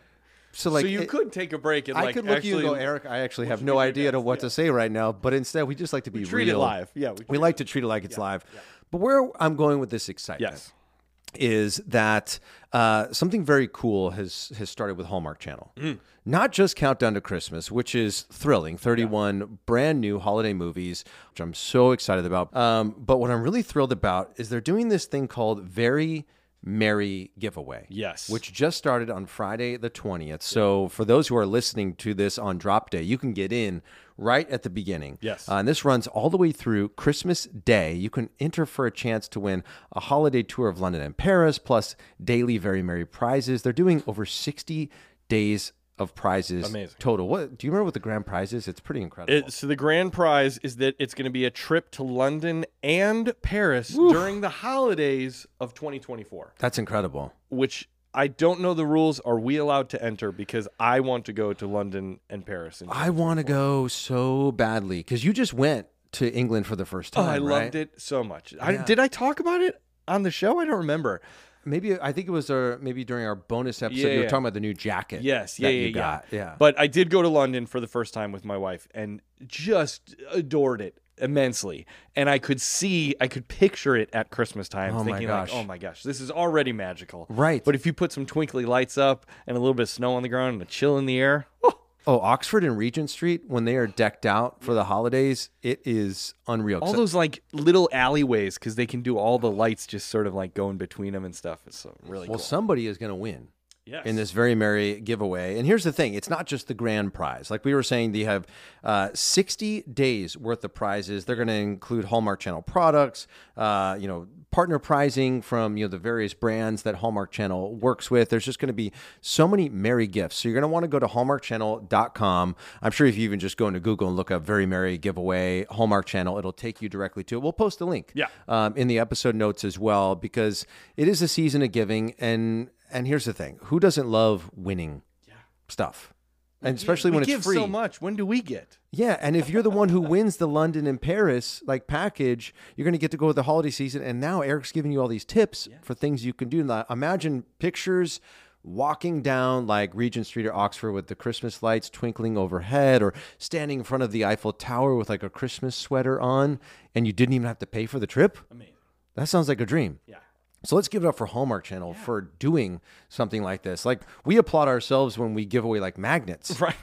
[SPEAKER 1] so like
[SPEAKER 2] so you
[SPEAKER 1] it-
[SPEAKER 2] could take a break and
[SPEAKER 1] I
[SPEAKER 2] like
[SPEAKER 1] could look at
[SPEAKER 2] actually
[SPEAKER 1] you and go, Eric, I actually have
[SPEAKER 2] should
[SPEAKER 1] no
[SPEAKER 2] we do
[SPEAKER 1] idea to
[SPEAKER 2] next?"
[SPEAKER 1] what to say right now, but instead we just like to be
[SPEAKER 2] treat
[SPEAKER 1] real.
[SPEAKER 2] it live. Yeah, we,
[SPEAKER 1] We like to treat it like it's live. But where I'm going with this excitement
[SPEAKER 2] yes.
[SPEAKER 1] is that uh, something very cool has has started with Hallmark Channel.
[SPEAKER 2] Mm.
[SPEAKER 1] Not just Countdown to Christmas, which is thrilling, 31 brand new holiday movies, which I'm so excited about. Um, but what I'm really thrilled about is they're doing this thing called Very Merry Giveaway.
[SPEAKER 2] Yes.
[SPEAKER 1] Which just started on Friday the 20th. So for those who are listening to this on drop day, you can get in right at the beginning.
[SPEAKER 2] Yes.
[SPEAKER 1] Uh, and this runs all the way through Christmas Day. You can enter for a chance to win a holiday tour of London and Paris, plus daily Very Merry prizes. They're doing over 60 days of prizes
[SPEAKER 2] Amazing.
[SPEAKER 1] total. What do you remember what the grand prize is? It's pretty incredible.
[SPEAKER 2] It, so the grand prize is that it's going to be a trip to London and Paris during the holidays of 2024,
[SPEAKER 1] That's incredible.
[SPEAKER 2] which I don't know the rules. Are we allowed to enter? Because I want to go to London and Paris. And
[SPEAKER 1] I want to go so badly because you just went to England for the first
[SPEAKER 2] Oh,
[SPEAKER 1] time.
[SPEAKER 2] I
[SPEAKER 1] right?
[SPEAKER 2] loved it so much. I,
[SPEAKER 1] Yeah.
[SPEAKER 2] did I talk about it on the show? I don't remember.
[SPEAKER 1] Maybe I think it was our maybe during our bonus episode
[SPEAKER 2] Yeah,
[SPEAKER 1] you were
[SPEAKER 2] yeah.
[SPEAKER 1] talking about the new jacket.
[SPEAKER 2] Yes, yeah,
[SPEAKER 1] that
[SPEAKER 2] yeah,
[SPEAKER 1] you
[SPEAKER 2] yeah.
[SPEAKER 1] got. yeah.
[SPEAKER 2] But I did go to London for the first time with my wife and just adored it immensely. And I could see, I could picture it at Christmas time,
[SPEAKER 1] Oh my
[SPEAKER 2] thinking
[SPEAKER 1] gosh.
[SPEAKER 2] like, "Oh my gosh, this is already magical."
[SPEAKER 1] Right.
[SPEAKER 2] But if you put some twinkly lights up and a little bit of snow on the ground and a chill in the air, oh,
[SPEAKER 1] Oh, Oxford and Regent Street, when they are decked out for the holidays, it is unreal.
[SPEAKER 2] all those like little alleyways because they can do all the lights just sort of like going between them and stuff. It's uh, really
[SPEAKER 1] well,
[SPEAKER 2] cool.
[SPEAKER 1] somebody is going to win
[SPEAKER 2] Yes.
[SPEAKER 1] in this very merry giveaway. And here's the thing it's not just the grand prize. Like we were saying, they have uh, 60 days worth of prizes. They're going to include Hallmark Channel products, uh, you know, partner prizing from, you know, the various brands that Hallmark Channel works with. There's just going to be so many merry gifts. So you're going to want to go to hallmarkchannel.com. I'm sure if you even just go into Google and look up Very Merry Giveaway Hallmark Channel, it'll take you directly to it. We'll post the link
[SPEAKER 2] Yeah.
[SPEAKER 1] um, in the episode notes as well because it is a season of giving and and here's the thing who doesn't love winning stuff and especially
[SPEAKER 2] we
[SPEAKER 1] when
[SPEAKER 2] give
[SPEAKER 1] it's free
[SPEAKER 2] so much. When do we get?
[SPEAKER 1] yeah and if you're the one who wins the london and paris like package you're going to get to go with the holiday season and now eric's giving you all these tips for things you can do Now, imagine pictures walking down like regent street or oxford with the christmas lights twinkling overhead or standing in front of the eiffel tower with like a christmas sweater on and you didn't even have to pay for the trip
[SPEAKER 2] Amazing.
[SPEAKER 1] that sounds like a dream. Yeah. So let's give it up for Hallmark Channel for doing something like this. Like we applaud ourselves when we give away like magnets.
[SPEAKER 2] Right.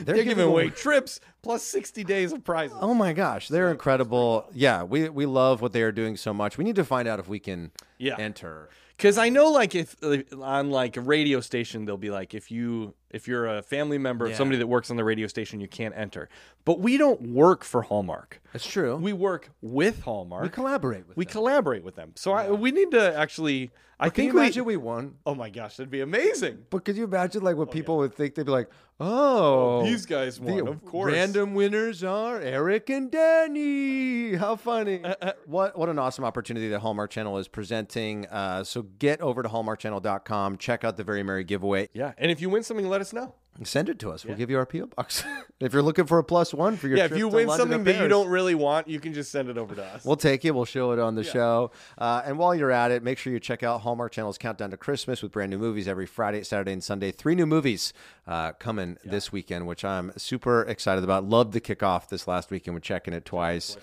[SPEAKER 2] They're,
[SPEAKER 1] giving
[SPEAKER 2] giving
[SPEAKER 1] away-
[SPEAKER 2] away trips plus 60 days of prizes.
[SPEAKER 1] Oh my gosh, they're incredible. Yeah, we we love what they are doing so much. We need to find out if we can
[SPEAKER 2] Yeah.
[SPEAKER 1] enter.
[SPEAKER 2] Because I know, like, if uh, on like a radio station, they'll be like, if you If you're a family member of
[SPEAKER 1] Yeah.
[SPEAKER 2] somebody that works on the radio station, you can't enter. But we don't work for Hallmark.
[SPEAKER 1] That's true. We,
[SPEAKER 2] We work with Hallmark. We,
[SPEAKER 1] collaborate with. them.
[SPEAKER 2] collaborate with them. So I, we need to actually. I
[SPEAKER 1] Can
[SPEAKER 2] think
[SPEAKER 1] you
[SPEAKER 2] we.
[SPEAKER 1] imagine we won?
[SPEAKER 2] oh my gosh, that'd be amazing.
[SPEAKER 1] But could you imagine like what people would think? They'd be like, "Oh,
[SPEAKER 2] Oh, These guys
[SPEAKER 1] the
[SPEAKER 2] won, of course.
[SPEAKER 1] Random winners are Eric and Danny. How funny!
[SPEAKER 2] Uh,
[SPEAKER 1] what what an awesome opportunity that Hallmark Channel is presenting. Uh, so get over to hallmarkchannel.com, check out the Very Merry giveaway,
[SPEAKER 2] Yeah, and if you win something, let us know.
[SPEAKER 1] and send it to us. We'll give you our PO box if you're looking for a plus one for your
[SPEAKER 2] Yeah, if
[SPEAKER 1] trip
[SPEAKER 2] you
[SPEAKER 1] to
[SPEAKER 2] win
[SPEAKER 1] London or
[SPEAKER 2] something that you
[SPEAKER 1] Paris.
[SPEAKER 2] don't really want, you can just send it over to us.
[SPEAKER 1] We'll take it. We'll show it on the show. Uh, and while you're at it, make sure you check out Hallmark Channel's Countdown to Christmas with brand new movies every Friday, Saturday, and Sunday. Three new movies uh, coming this weekend, which I'm super excited about. Loved the kickoff this last weekend. We're checking it twice.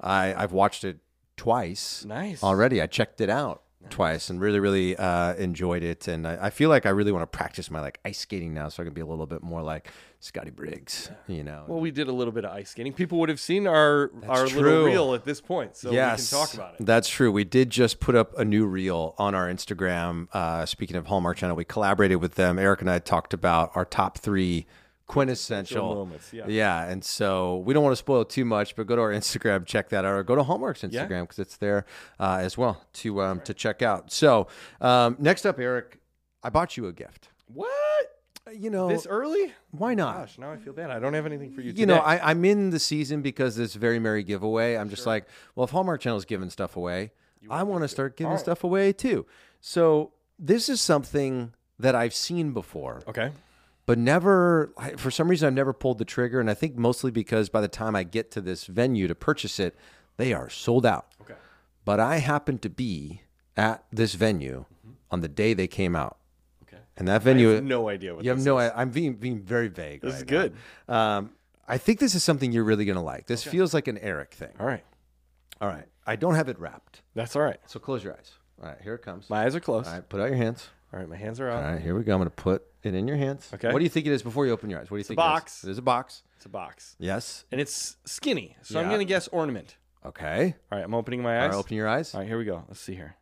[SPEAKER 1] I, I've watched it twice
[SPEAKER 2] Nice.
[SPEAKER 1] already. I checked it out twice and really, really uh, enjoyed it. And I, I feel like I really want to practice my like ice skating now, so I can be a little bit more like Scotty Briggs. You know,
[SPEAKER 2] Well, we did a little bit of ice skating. People would have seen our our
[SPEAKER 1] true.
[SPEAKER 2] little reel at this point, so
[SPEAKER 1] yes,
[SPEAKER 2] we can talk about it.
[SPEAKER 1] That's true. We did just put up a new reel on our Instagram. Uh, speaking of Hallmark Channel, we collaborated with them. Eric and I talked about our top three quintessential
[SPEAKER 2] moments, yeah.
[SPEAKER 1] and so we don't want to spoil too much, but go to our Instagram, check that out, or go to Hallmark's Instagram because it's there uh, as well to um, to check out. So um, next up, Eric, I bought you a gift.
[SPEAKER 2] What?
[SPEAKER 1] You know,
[SPEAKER 2] This early?
[SPEAKER 1] why not?
[SPEAKER 2] Gosh, now I feel bad. I don't have anything for you.
[SPEAKER 1] you know, I, I'm in the season because this very merry giveaway. I'm just like, well, if Hallmark Channel's giving stuff away, I want to start giving stuff away too. So this is something that I've seen before,
[SPEAKER 2] okay.
[SPEAKER 1] but never I- for some reason I've never pulled the trigger, and I think mostly because by the time I get to this venue to purchase it, they are sold out.
[SPEAKER 2] Okay.
[SPEAKER 1] But I happened to be at this venue on the day they came out,
[SPEAKER 2] Okay.
[SPEAKER 1] and that venue.
[SPEAKER 2] No idea what
[SPEAKER 1] You have
[SPEAKER 2] this
[SPEAKER 1] no. I, I'm being being very vague. This
[SPEAKER 2] is good.
[SPEAKER 1] Um, I think this is something you're really gonna like. This feels like an Eric thing.
[SPEAKER 2] All right.
[SPEAKER 1] All right. I don't have it wrapped,
[SPEAKER 2] That's all right.
[SPEAKER 1] so close your eyes. All right, here it comes.
[SPEAKER 2] My eyes are closed.
[SPEAKER 1] All right, put out your hands.
[SPEAKER 2] my hands are out.
[SPEAKER 1] All right, here we go. I'm gonna put it in your hands.
[SPEAKER 2] Okay.
[SPEAKER 1] What do you think it is before you open your eyes? What do you think?
[SPEAKER 2] box.
[SPEAKER 1] It is? it is a box.
[SPEAKER 2] It's a box.
[SPEAKER 1] Yes.
[SPEAKER 2] And it's skinny. So I'm
[SPEAKER 1] Yeah.
[SPEAKER 2] going to guess ornament.
[SPEAKER 1] Okay.
[SPEAKER 2] All right, I'm opening my
[SPEAKER 1] All
[SPEAKER 2] eyes.
[SPEAKER 1] right, open your eyes.
[SPEAKER 2] All right, here we go. Let's see here.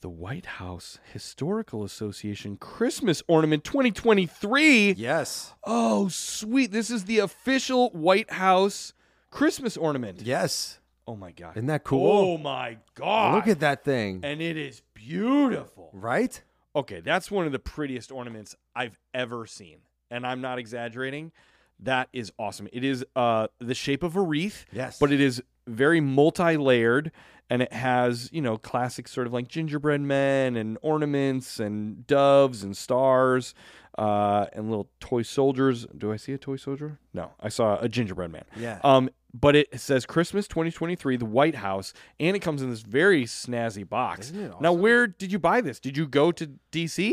[SPEAKER 2] The White House Historical Association Christmas Ornament 2023.
[SPEAKER 1] Yes.
[SPEAKER 2] Oh, sweet. This is the official White House Christmas ornament.
[SPEAKER 1] Yes.
[SPEAKER 2] Oh my god.
[SPEAKER 1] Isn't that cool?
[SPEAKER 2] Oh my god.
[SPEAKER 1] Look at that thing.
[SPEAKER 2] and it is beautiful.
[SPEAKER 1] Right?
[SPEAKER 2] Okay, that's one of the prettiest ornaments I've ever seen. And I'm not exaggerating. That is awesome. It is uh the shape of a wreath,
[SPEAKER 1] Yes.
[SPEAKER 2] but it is very multi-layered and it has, you know, classic sort of like gingerbread men and ornaments and doves and stars uh and little toy soldiers. Do I see a toy soldier? No, I saw a gingerbread man.
[SPEAKER 1] Yeah.
[SPEAKER 2] Um, but it says Christmas 2023, the White House, and it comes in this very snazzy box.
[SPEAKER 1] Isn't it
[SPEAKER 2] Now, where did you buy this? Did you go to DC?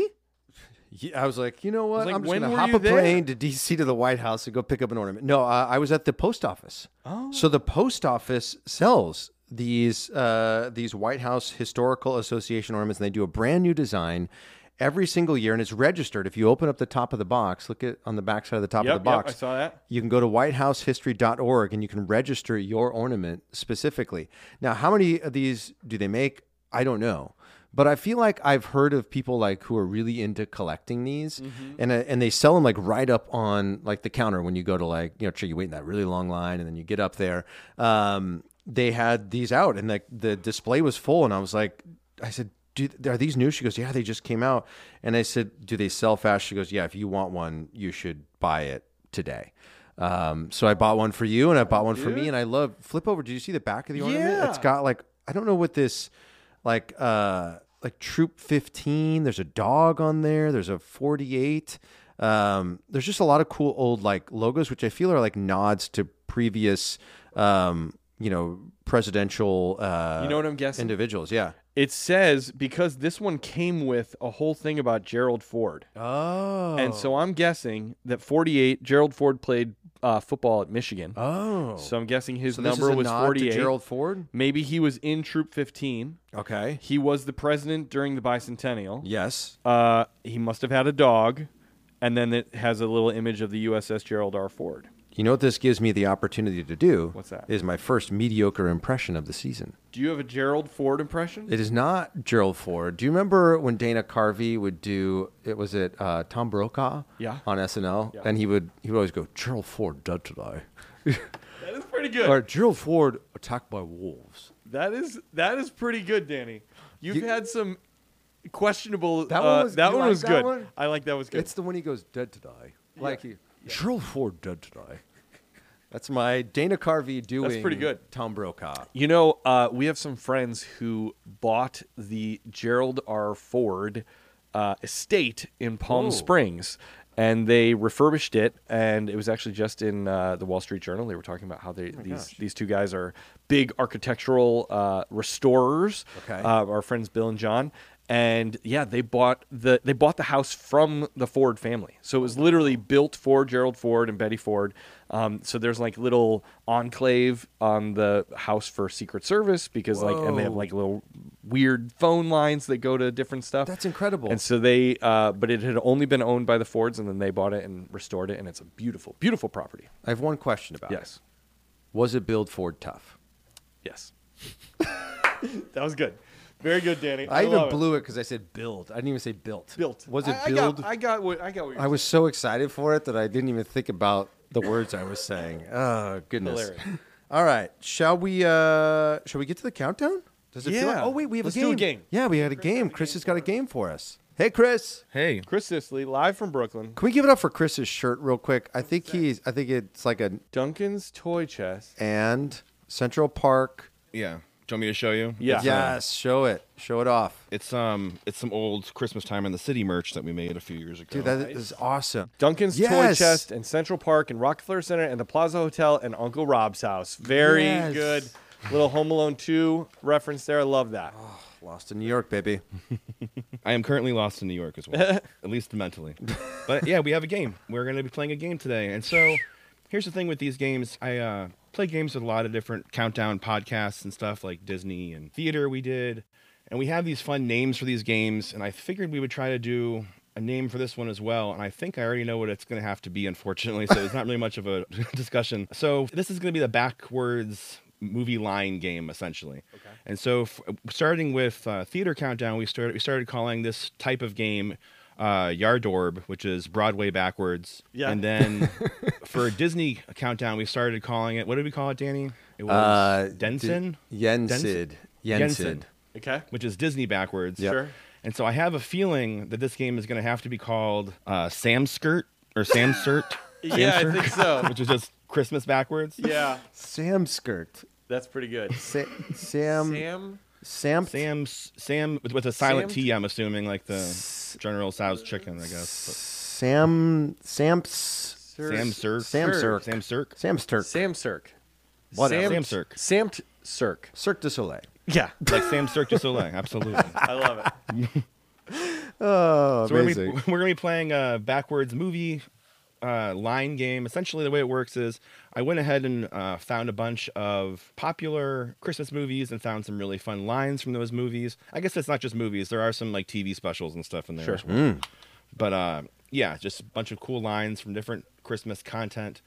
[SPEAKER 1] Ye- I was like, you know what?
[SPEAKER 2] like,
[SPEAKER 1] I'm just
[SPEAKER 2] when
[SPEAKER 1] going
[SPEAKER 2] were
[SPEAKER 1] to hop
[SPEAKER 2] you
[SPEAKER 1] a plane to DC to the White House and go pick up an ornament. No, uh, I was at the post office.
[SPEAKER 2] Oh.
[SPEAKER 1] So the post office sells these uh, these White House Historical Association ornaments, and they do a brand new design every single year, and it's registered. If you open up the top of the box, look at on the back side of the top of the box.
[SPEAKER 2] I saw that.
[SPEAKER 1] You can go to whitehousehistory.org and you can register your ornament specifically. Now, how many of these do they make? I don't know. But I feel like I've heard of people like who are really into collecting these and uh, and they sell them like right up on like the counter when you go to like, you know, sure you wait in that really long line and then you get up there. Um, they had these out and like the display was full and I was like I said, do, are these new? She goes, yeah, they just came out. And I said, do they sell fast? She goes, yeah, if you want one, you should buy it today. Um, so I bought one for you and I bought one for me and I love flip over. Did you see the back of the ornament?
[SPEAKER 2] Yeah.
[SPEAKER 1] It's got like, I don't know what this, like, uh, like troop 15, there's a dog on there. There's a 48. Um, there's just a lot of cool old like logos, which I feel are like nods to previous, um, you know, presidential, uh,
[SPEAKER 2] You know what I'm guessing?
[SPEAKER 1] individuals. Yeah.
[SPEAKER 2] it says because this one came with a whole thing about Gerald Ford.
[SPEAKER 1] Oh.
[SPEAKER 2] And so I'm guessing that 48, Gerald Ford played uh, football at Michigan.
[SPEAKER 1] Oh.
[SPEAKER 2] So I'm guessing his
[SPEAKER 1] So this
[SPEAKER 2] number
[SPEAKER 1] is a
[SPEAKER 2] was
[SPEAKER 1] nod to
[SPEAKER 2] 48.
[SPEAKER 1] Gerald Ford.
[SPEAKER 2] Maybe he was in Troop 15.
[SPEAKER 1] Okay.
[SPEAKER 2] He was the president during the bicentennial.
[SPEAKER 1] Yes.
[SPEAKER 2] Uh, he must have had a dog, and then it has a little image of the USS Gerald R. Ford.
[SPEAKER 1] You know what this gives me the opportunity to do?
[SPEAKER 2] What's that?
[SPEAKER 1] Is my first mediocre impression of the season.
[SPEAKER 2] Do you have a Gerald Ford impression?
[SPEAKER 1] It is not Gerald Ford. Do you remember when Dana Carvey would do? It was it uh, Tom Brokaw.
[SPEAKER 2] Yeah.
[SPEAKER 1] On SNL,
[SPEAKER 2] Yeah.
[SPEAKER 1] and he would he would always go Gerald Ford dead today,
[SPEAKER 2] that is pretty good.
[SPEAKER 1] or Gerald Ford attacked by wolves.
[SPEAKER 2] That is that is pretty good, Danny. You've
[SPEAKER 1] You-
[SPEAKER 2] had some questionable.
[SPEAKER 1] That
[SPEAKER 2] That
[SPEAKER 1] one
[SPEAKER 2] one
[SPEAKER 1] was-
[SPEAKER 2] was, that
[SPEAKER 1] you
[SPEAKER 2] one
[SPEAKER 1] like
[SPEAKER 2] was
[SPEAKER 1] that
[SPEAKER 2] good.
[SPEAKER 1] one?
[SPEAKER 2] I like that was good.
[SPEAKER 1] It's the one he goes dead today, like he, Gerald Ford dead today. That's my Dana Carvey doing.
[SPEAKER 2] pretty good.
[SPEAKER 1] Tom Brokaw.
[SPEAKER 2] you know, uh, we have some friends who bought the Gerald R. Ford uh, estate in Palm
[SPEAKER 1] Ooh.
[SPEAKER 2] Springs, and they refurbished it. And it was actually just in uh, the Wall Street Journal. They were talking about how they, these
[SPEAKER 1] gosh.
[SPEAKER 2] these two guys are big architectural uh, restorers.
[SPEAKER 1] Okay.
[SPEAKER 2] Uh, our friends Bill and John, and yeah, they bought the they bought the house from the Ford family. So it was literally built for Gerald Ford and Betty Ford. Um, so there's like little enclave on the house for Secret Service because like and they have
[SPEAKER 1] Whoa.
[SPEAKER 2] like little weird phone lines that go to different stuff.
[SPEAKER 1] That's incredible.
[SPEAKER 2] And so they, uh, but it had only been owned by the Fords, and then they bought it and restored it, and it's a beautiful, beautiful property.
[SPEAKER 1] I have one question about
[SPEAKER 2] Yes,
[SPEAKER 1] it. Was it Bill Ford tough?
[SPEAKER 2] yes. that was good, very good, Danny.
[SPEAKER 1] I, even
[SPEAKER 2] love it.
[SPEAKER 1] blew it because I said build. I didn't even say built.
[SPEAKER 2] built.
[SPEAKER 1] Was it
[SPEAKER 2] I,
[SPEAKER 1] build?
[SPEAKER 2] I got, I got what I got. What you're
[SPEAKER 1] I was so excited for it that I didn't even think about the words I was saying. Oh goodness!
[SPEAKER 2] Hilarious.
[SPEAKER 1] All right, shall we? Uh, shall we get to the countdown? Does it feel?
[SPEAKER 2] Yeah.
[SPEAKER 1] oh wait, we have
[SPEAKER 2] Let's
[SPEAKER 1] a
[SPEAKER 2] do
[SPEAKER 1] game.
[SPEAKER 2] a game.
[SPEAKER 1] Yeah, we had a game. Chris has got a game for us. Hey, Chris.
[SPEAKER 3] Hey,
[SPEAKER 2] Chris Sisley, live from Brooklyn.
[SPEAKER 1] Can we give it up for Chris's shirt real quick? I think he's. I think it's like a
[SPEAKER 2] Duncan's toy chest.
[SPEAKER 1] and Central Park.
[SPEAKER 3] yeah. Do you want me to show you?
[SPEAKER 2] Yeah.
[SPEAKER 1] Yes, show it. Show it off,
[SPEAKER 3] It's um, it's some old Christmas time in the city merch that we made a few years ago.
[SPEAKER 1] dude. That is awesome.
[SPEAKER 2] Duncan's
[SPEAKER 1] Yes.
[SPEAKER 2] toy chest and Central Park and Rockefeller Center and the Plaza Hotel and Uncle Rob's house. Very
[SPEAKER 1] Yes.
[SPEAKER 2] good. Little Home Alone 2 reference there. I love that.
[SPEAKER 1] Lost in New York, baby.
[SPEAKER 3] I am currently lost in New York as well, at least mentally. But yeah, we have a game. We're going to be playing a game today. And so here's the thing with these games I uh, play games with a lot of different countdown podcasts and stuff like Disney and theater we did. And we have these fun names for these games. And I figured we would try to do a name for this one as well. And I think I already know what it's going to have to be, unfortunately. So there's not really much of a discussion. So this is going to be the backwards movie line game essentially. Okay. And so, f- starting with uh, theater countdown, we started we started calling this type of game uh, Yardorb, which is Broadway backwards.
[SPEAKER 2] Yeah.
[SPEAKER 3] And then for Disney countdown, we started calling it. What did we call it, Danny? It was
[SPEAKER 1] Uh,
[SPEAKER 3] Denson,
[SPEAKER 1] D- Yensid. Yensid.
[SPEAKER 3] Yensid.
[SPEAKER 2] Okay.
[SPEAKER 3] which is Disney backwards.
[SPEAKER 1] Yep.
[SPEAKER 2] Sure.
[SPEAKER 3] And so I have a feeling that this game is going to have to be called uh, Sam Skirt or Sam Sirt.
[SPEAKER 2] Yeah, I think so.
[SPEAKER 3] Which is just Christmas backwards.
[SPEAKER 2] yeah.
[SPEAKER 1] Sam skirt.
[SPEAKER 2] That's pretty good.
[SPEAKER 1] Sa- Sam.
[SPEAKER 2] Sam.
[SPEAKER 1] Sam.
[SPEAKER 3] Sam Sam with, with a silent
[SPEAKER 2] Sam-
[SPEAKER 3] T. I'm assuming like
[SPEAKER 1] S-
[SPEAKER 3] the General Tso's chicken, I guess.
[SPEAKER 1] Sam. Sam's.
[SPEAKER 3] But Sam Cirque.
[SPEAKER 1] Sam Cirque.
[SPEAKER 3] Sam Cirque.
[SPEAKER 1] Sam's Turk.
[SPEAKER 2] Sam Cirque.
[SPEAKER 3] Whatever.
[SPEAKER 2] Sam,
[SPEAKER 3] Sam Cirque.
[SPEAKER 2] Sam t- Cirque.
[SPEAKER 1] Cirque du Soleil.
[SPEAKER 2] Yeah.
[SPEAKER 3] Like Sam Cirque du Soleil, absolutely.
[SPEAKER 2] I love it.
[SPEAKER 1] Oh,
[SPEAKER 3] So we're gonna, be, we're gonna be playing a backwards movie uh, line game. Essentially, the way it works is I went ahead and uh, found a bunch of popular Christmas movies and found some really fun lines from those movies. I guess it's not just movies; there are some like TV specials and stuff in there.
[SPEAKER 2] Sure.
[SPEAKER 3] as well. But uh, yeah, just a bunch of cool lines from different Christmas content,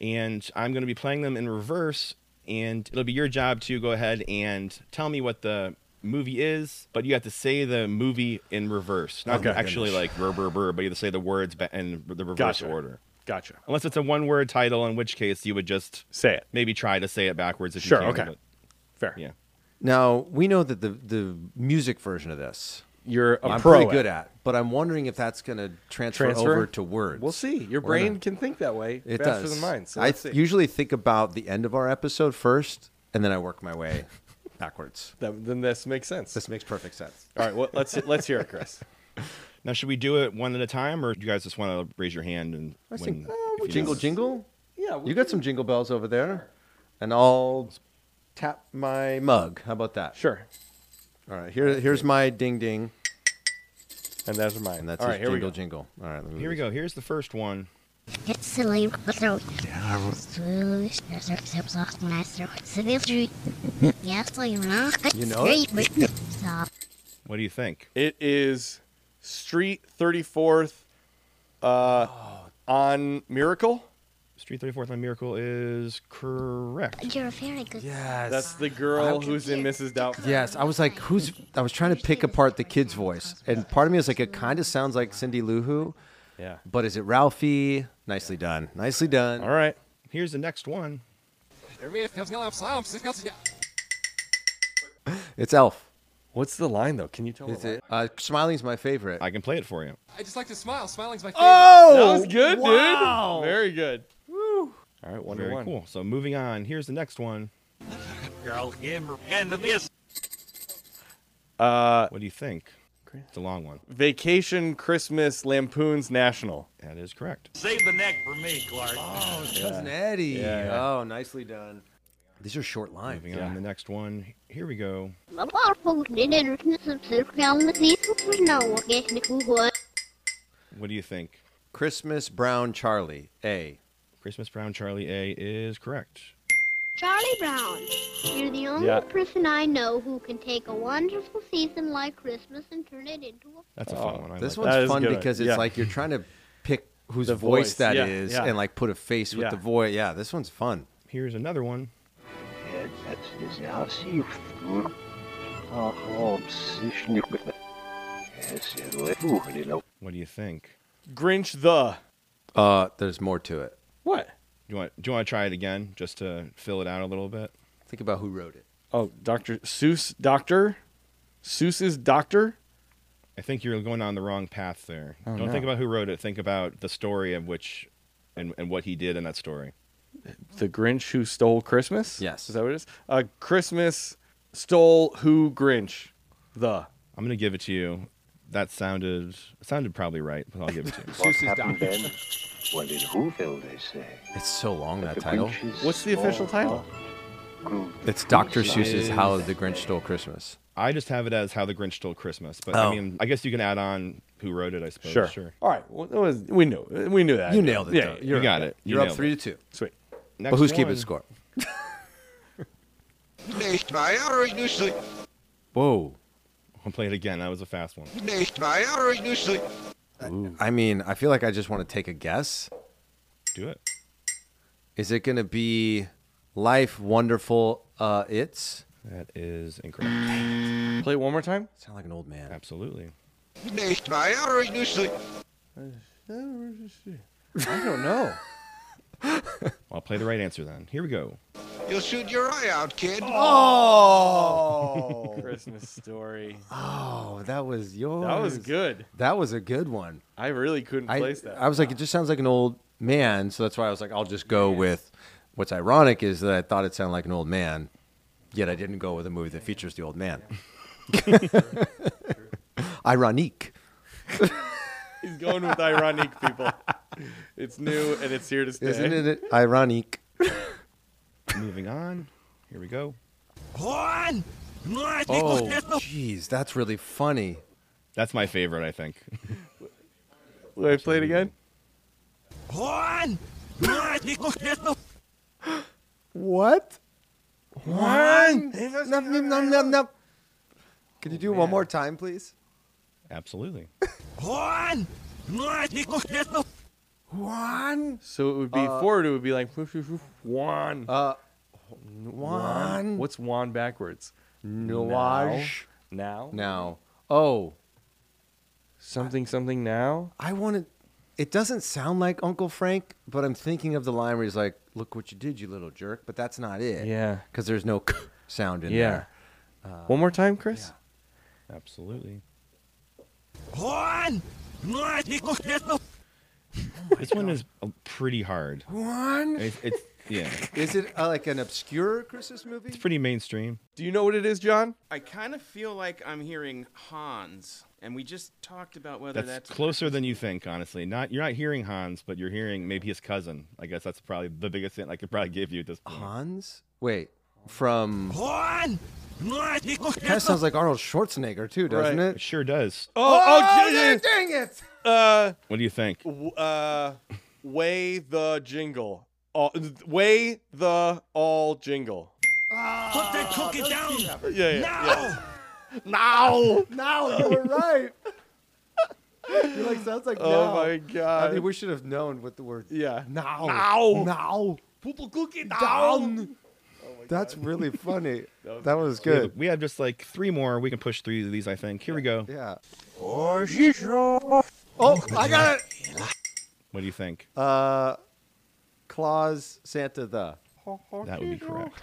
[SPEAKER 3] and I'm gonna be playing them in reverse. And it'll be your job to go ahead and tell me what the movie is, but you have to say the movie in reverse, not
[SPEAKER 2] Okay.
[SPEAKER 3] actually like brr brr brr, but you have to say the words ba- in the reverse
[SPEAKER 2] Gotcha.
[SPEAKER 3] order.
[SPEAKER 2] Gotcha.
[SPEAKER 3] Unless it's a one word title, in which case you would just
[SPEAKER 2] Say it.
[SPEAKER 3] maybe try to say it backwards if
[SPEAKER 2] Sure,
[SPEAKER 3] you can.
[SPEAKER 2] okay.
[SPEAKER 3] but-
[SPEAKER 2] Fair.
[SPEAKER 3] yeah.
[SPEAKER 1] Now we know that the the music version of this
[SPEAKER 2] You're a
[SPEAKER 1] I'm
[SPEAKER 2] pro.
[SPEAKER 1] pretty
[SPEAKER 2] at
[SPEAKER 1] good
[SPEAKER 2] it.
[SPEAKER 1] at, but I'm wondering if that's going to transfer,
[SPEAKER 2] Transfer?
[SPEAKER 1] over to words.
[SPEAKER 2] We'll see.
[SPEAKER 1] We're
[SPEAKER 2] Your
[SPEAKER 1] gonna-
[SPEAKER 2] brain can think that way
[SPEAKER 1] It
[SPEAKER 2] faster
[SPEAKER 1] does.
[SPEAKER 2] than mine. So
[SPEAKER 1] I
[SPEAKER 2] let's see.
[SPEAKER 1] th- usually think about the end of our episode first, and then I work my way backwards.
[SPEAKER 2] That- then this makes sense.
[SPEAKER 1] This makes perfect sense.
[SPEAKER 2] All right, well, let's let's hear it, Chris.
[SPEAKER 3] Now, should we do it one at a time, or do you guys just want to raise your hand and
[SPEAKER 1] I
[SPEAKER 3] when-
[SPEAKER 1] think uh,
[SPEAKER 3] if you know?
[SPEAKER 1] jingle jingle.
[SPEAKER 2] Yeah,
[SPEAKER 1] You got some jingle bells over there, and I'll tap my mug. How about that?
[SPEAKER 2] sure.
[SPEAKER 1] All right. Here, here's my ding ding,
[SPEAKER 2] And that's mine.
[SPEAKER 1] and that's
[SPEAKER 2] All
[SPEAKER 1] his
[SPEAKER 2] right, here we
[SPEAKER 1] jingle
[SPEAKER 2] go.
[SPEAKER 1] jingle. All right. Let me
[SPEAKER 3] Here we go. Here's the first one.
[SPEAKER 4] It's silly, but throat. Yes, so you know.
[SPEAKER 1] You know it?
[SPEAKER 4] Stop.
[SPEAKER 3] What do you think?
[SPEAKER 2] It is Street Thirty Fourth, uh, on Miracle.
[SPEAKER 3] Street 34th Line Miracle is correct.
[SPEAKER 4] You're a very good.
[SPEAKER 1] Yes.
[SPEAKER 2] That's the girl who's in Mrs. Doubtfire.
[SPEAKER 1] Yes, I was like, who's? I was trying to pick apart the kid's voice, and part of me was like, it kind of sounds like Cindy Lou Who,
[SPEAKER 2] Yeah.
[SPEAKER 1] but is it Ralphie? Nicely done, nicely done.
[SPEAKER 2] All right.
[SPEAKER 3] Here's the next one.
[SPEAKER 1] It's Elf.
[SPEAKER 2] What's the line though? Can you tell?
[SPEAKER 1] Is
[SPEAKER 2] the line?
[SPEAKER 1] it? Uh, Smiley's my favorite.
[SPEAKER 3] I can play it for you.
[SPEAKER 5] I just like to smile. Smiling's my favorite.
[SPEAKER 6] Oh!
[SPEAKER 2] That was good,
[SPEAKER 1] Wow.
[SPEAKER 2] dude. Very good. Woo. All right, one to
[SPEAKER 3] Very
[SPEAKER 2] one.
[SPEAKER 3] cool. So moving on. Here's the next one.
[SPEAKER 2] Uh,
[SPEAKER 3] What do you think?
[SPEAKER 2] Great.
[SPEAKER 3] It's a long one.
[SPEAKER 2] vacation, Christmas, Lampoons, National.
[SPEAKER 3] That is correct.
[SPEAKER 7] Save the neck for me, Clark.
[SPEAKER 1] Oh, cousin Eddie.
[SPEAKER 2] Yeah, yeah.
[SPEAKER 1] Oh, nicely done. These are short lines.
[SPEAKER 3] Moving on to the next one. Here we go. What do you think?
[SPEAKER 1] Christmas Brown Charlie. A.
[SPEAKER 3] Christmas Brown Charlie A is correct.
[SPEAKER 4] Charlie Brown, you're the only
[SPEAKER 2] Yeah.
[SPEAKER 4] person I know who can take a wonderful season like Christmas and turn it into a
[SPEAKER 3] That's a
[SPEAKER 2] Oh,
[SPEAKER 3] fun one. I
[SPEAKER 1] This
[SPEAKER 3] like
[SPEAKER 2] That
[SPEAKER 1] one's
[SPEAKER 2] is
[SPEAKER 1] fun
[SPEAKER 2] good.
[SPEAKER 1] because it's
[SPEAKER 2] Yeah.
[SPEAKER 1] like you're trying to pick whose
[SPEAKER 2] The
[SPEAKER 1] voice,
[SPEAKER 2] voice.
[SPEAKER 1] that is,
[SPEAKER 2] Yeah, yeah.
[SPEAKER 1] and like put a face with
[SPEAKER 2] Yeah.
[SPEAKER 1] the voice. Yeah, this one's fun.
[SPEAKER 3] that. Here's another one. What do you think?
[SPEAKER 2] Grinch the
[SPEAKER 1] Uh, there's more to it.
[SPEAKER 2] what?
[SPEAKER 3] Do you want do you want to try it again just to fill it out a little bit?
[SPEAKER 1] Think about who wrote it.
[SPEAKER 2] Oh, Doctor Seuss, Doctor Seuss's Doctor.
[SPEAKER 3] I think you're going on the wrong path there.
[SPEAKER 2] Oh,
[SPEAKER 3] Don't think
[SPEAKER 2] no.
[SPEAKER 3] about who wrote it. Think about the story of which and, and what he did in that story.
[SPEAKER 2] The Grinch who stole Christmas?
[SPEAKER 1] Yes.
[SPEAKER 2] Is that what it is? Uh, Christmas stole who Grinch? The.
[SPEAKER 3] I'm gonna give it to you. That sounded sounded probably right, but I'll give it to you.
[SPEAKER 1] Seuss's Doctor.
[SPEAKER 8] then? Well, in Whoville, they say.
[SPEAKER 1] It's so long that
[SPEAKER 8] the
[SPEAKER 1] title.
[SPEAKER 8] Grinch's
[SPEAKER 2] What's the official
[SPEAKER 8] small
[SPEAKER 2] title?
[SPEAKER 8] dog grew
[SPEAKER 1] It's Dr. Seuss's How the Grinch Stole Christmas.
[SPEAKER 3] I just have it as how the Grinch stole Christmas, but
[SPEAKER 1] Oh.
[SPEAKER 3] I mean, I guess you can add on who wrote it. I suppose.
[SPEAKER 2] Sure. All right. Well, that was, we knew. We knew that.
[SPEAKER 1] You nailed it,
[SPEAKER 2] Yeah.
[SPEAKER 1] though.
[SPEAKER 2] yeah.
[SPEAKER 3] You got it. You
[SPEAKER 1] You're up
[SPEAKER 3] nailed
[SPEAKER 1] three
[SPEAKER 3] it.
[SPEAKER 1] to two.
[SPEAKER 2] Sweet.
[SPEAKER 1] but
[SPEAKER 3] Next
[SPEAKER 1] who's keeping
[SPEAKER 3] one.
[SPEAKER 1] score? Whoa.
[SPEAKER 3] I'll play it again. That was a fast one.
[SPEAKER 1] I mean, I feel like I just want to take a guess.
[SPEAKER 3] Do it.
[SPEAKER 1] Is it going to be Life Wonderful uh, It's?
[SPEAKER 3] That is incorrect.
[SPEAKER 2] Play it one more time.
[SPEAKER 1] Sound like an old man.
[SPEAKER 3] Absolutely.
[SPEAKER 2] I don't know.
[SPEAKER 3] I'll play the right answer then. Here we go.
[SPEAKER 8] You'll shoot your eye out, kid.
[SPEAKER 1] Oh.
[SPEAKER 2] Christmas story.
[SPEAKER 1] oh, that was yours.
[SPEAKER 2] That was good.
[SPEAKER 1] That was a good one.
[SPEAKER 2] I really couldn't
[SPEAKER 1] I,
[SPEAKER 2] place that.
[SPEAKER 1] I was like, it just sounds like an old man. So that's why I was like, I'll just go with. What's ironic is that I thought it sounded like an old man, yet I didn't go with a movie that features the old man. Ironique.
[SPEAKER 2] He's going with ironic people. It's new and it's here to stay.
[SPEAKER 1] Isn't it ironique?
[SPEAKER 3] Moving on. Here we go.
[SPEAKER 1] Oh, jeez, that's really funny.
[SPEAKER 3] That's my favorite, I think.
[SPEAKER 2] Will I play it again?
[SPEAKER 1] What? One. Nom, nom, nom, nom, nom. Can you do it one more time, please?
[SPEAKER 3] Absolutely.
[SPEAKER 1] One.
[SPEAKER 2] So it would be forward. It would be like one.
[SPEAKER 1] Uh, one.
[SPEAKER 2] What's one backwards?
[SPEAKER 1] nuage?
[SPEAKER 2] Now.
[SPEAKER 1] Now. Oh,
[SPEAKER 2] Something. Something. Now.
[SPEAKER 1] I wanted. It doesn't sound like Uncle Frank, but I'm thinking of the line where he's like, "Look what you did, you little jerk." But that's not it.
[SPEAKER 2] Yeah.
[SPEAKER 1] Because there's no k sound in
[SPEAKER 2] yeah. Uh,
[SPEAKER 1] there.
[SPEAKER 2] One more time, Chris.
[SPEAKER 3] Absolutely. This one is uh, pretty hard.
[SPEAKER 1] One.
[SPEAKER 3] It's, it's yeah.
[SPEAKER 1] Is it uh, like an obscure Christmas movie?
[SPEAKER 3] It's pretty mainstream.
[SPEAKER 2] Do you know what it is, John?
[SPEAKER 6] I kind of feel like I'm hearing Hans, and we just talked about whether
[SPEAKER 3] That's,
[SPEAKER 6] that's,
[SPEAKER 3] closer than you think, honestly. Not you're not hearing Hans, but you're hearing maybe his cousin. I guess that's probably the biggest hint I could probably give you at this point.
[SPEAKER 1] Hans. Wait. From. Kind of sounds like Arnold Schwarzenegger too, doesn't
[SPEAKER 2] Right.
[SPEAKER 3] It
[SPEAKER 1] it?
[SPEAKER 3] sure does.
[SPEAKER 2] Oh, oh,
[SPEAKER 1] yeah,
[SPEAKER 2] yeah,
[SPEAKER 1] dang it!
[SPEAKER 2] yeah. Uh,
[SPEAKER 3] What do you think?
[SPEAKER 2] w- uh, weigh the jingle. All, th- weigh the all jingle.
[SPEAKER 7] Put that cookie down.
[SPEAKER 2] Yeah, yeah.
[SPEAKER 7] Now.
[SPEAKER 1] Oh, Now you were right. You're like, sounds like
[SPEAKER 2] Oh
[SPEAKER 1] now.
[SPEAKER 2] my god.
[SPEAKER 1] I mean, we should have known what the word
[SPEAKER 2] yeah.
[SPEAKER 1] now.
[SPEAKER 2] Now.
[SPEAKER 1] Now.
[SPEAKER 2] People cook it
[SPEAKER 1] Down. That's really funny. that was,
[SPEAKER 3] Good.
[SPEAKER 1] good.
[SPEAKER 3] We have just like three more. We can push three of these, I think. Here we go.
[SPEAKER 1] Yeah.
[SPEAKER 7] Or she's
[SPEAKER 1] Oh, I got it.
[SPEAKER 3] What do you think?
[SPEAKER 1] Uh, Claus Santa the.
[SPEAKER 3] That would be correct.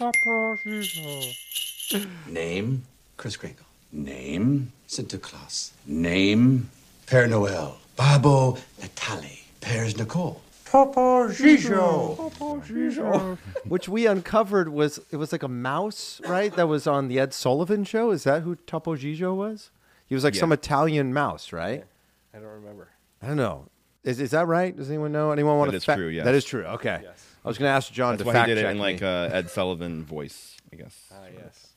[SPEAKER 5] Name? Chris Kringle. Name? Santa Claus. Name? Père Noël. Babo Natale. Père Nicole.
[SPEAKER 1] which we uncovered was it was like a mouse, right? That was on the Ed Sullivan show. Is that who Topo Gigio was? He was like some
[SPEAKER 3] Yeah.
[SPEAKER 1] Italian mouse, right?
[SPEAKER 2] I don't remember.
[SPEAKER 1] I don't know. Is is that right? Does anyone know? Anyone want
[SPEAKER 3] That
[SPEAKER 1] to?
[SPEAKER 3] is true, yes.
[SPEAKER 1] That is true. Okay.
[SPEAKER 2] Yes.
[SPEAKER 1] I was going to ask John
[SPEAKER 3] That's
[SPEAKER 1] to
[SPEAKER 3] why
[SPEAKER 1] fact
[SPEAKER 3] he did it
[SPEAKER 1] check
[SPEAKER 3] in like
[SPEAKER 1] me.
[SPEAKER 3] uh, Ed Sullivan voice, I guess.
[SPEAKER 2] Ah, yes.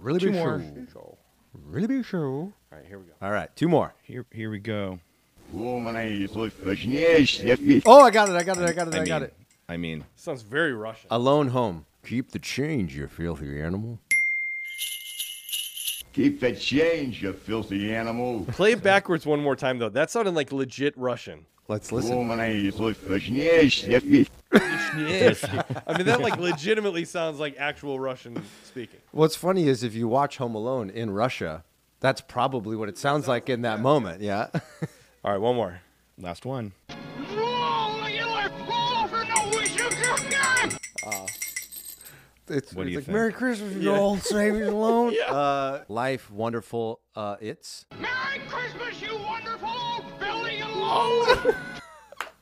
[SPEAKER 1] really
[SPEAKER 3] two
[SPEAKER 1] big
[SPEAKER 3] more.
[SPEAKER 1] show. Really big show.
[SPEAKER 2] All right, here we go.
[SPEAKER 1] All right, two more.
[SPEAKER 3] Here, here we go.
[SPEAKER 1] Oh, I got it! I got it! I got it! I, got
[SPEAKER 3] mean-
[SPEAKER 1] it.
[SPEAKER 3] I mean,
[SPEAKER 2] Sounds very Russian.
[SPEAKER 1] Alone home. Keep the change, you filthy animal.
[SPEAKER 9] Keep the change, you filthy animal.
[SPEAKER 2] Uh, Play it backwards one more time though. That sounded like legit Russian.
[SPEAKER 1] Let's listen.
[SPEAKER 9] У мене є злость страшніше, ніж
[SPEAKER 2] I mean, that like legitimately sounds like actual Russian speaking.
[SPEAKER 1] What's funny is if you watch Home Alone in Russia, that's probably what it sounds like in that moment. Yeah.
[SPEAKER 2] All right, one more.
[SPEAKER 3] last one.
[SPEAKER 1] It's,
[SPEAKER 3] What do
[SPEAKER 1] it's
[SPEAKER 3] you
[SPEAKER 1] like
[SPEAKER 3] think?
[SPEAKER 1] Merry Christmas, you old savings alone. uh, life wonderful. Uh, it's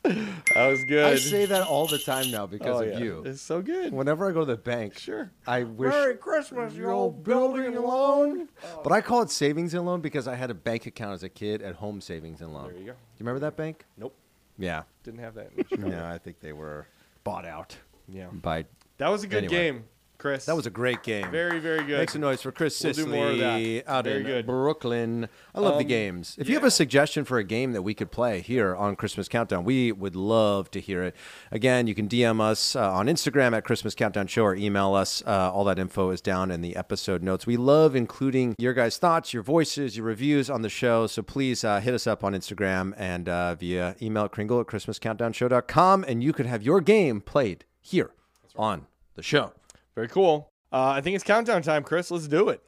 [SPEAKER 2] That was good.
[SPEAKER 1] I say that all the time now because
[SPEAKER 2] Oh,
[SPEAKER 1] of
[SPEAKER 2] yeah.
[SPEAKER 1] you.
[SPEAKER 2] It's so good.
[SPEAKER 1] Whenever I go to the bank,
[SPEAKER 2] Sure.
[SPEAKER 1] I wish
[SPEAKER 2] Christmas,
[SPEAKER 1] your old building and loan. But I call it savings and loan because I had a bank account as a kid at Home Savings and Loan.
[SPEAKER 2] There you go.
[SPEAKER 1] you remember that bank?
[SPEAKER 2] Nope,
[SPEAKER 1] Yeah.
[SPEAKER 2] didn't have that. in Chicago.
[SPEAKER 1] No, I think they were bought out
[SPEAKER 2] yeah,
[SPEAKER 1] by.
[SPEAKER 2] that was a good
[SPEAKER 1] Anyway.
[SPEAKER 2] game, Chris.
[SPEAKER 1] That was a great game.
[SPEAKER 2] very, very good.
[SPEAKER 1] Make some noise for Chris
[SPEAKER 2] We'll do
[SPEAKER 1] Sisley
[SPEAKER 2] more of that.
[SPEAKER 1] out
[SPEAKER 2] Very
[SPEAKER 1] in
[SPEAKER 2] good. Um,
[SPEAKER 1] Brooklyn. I love the games. If you have a suggestion for a game that we could play here on Christmas Countdown, we would love to hear it. Again, you can DM us uh, on Instagram at Christmas Countdown Show or email us. Uh, all that info is down in the episode notes. We love including your guys' thoughts, your voices, your reviews on the show. So please uh, hit us up on Instagram and uh, via email at kringle at christmascountdownshow.com, and you could have your game played here on the show.
[SPEAKER 2] very cool. Uh, I think it's countdown time, Chris. Let's do it.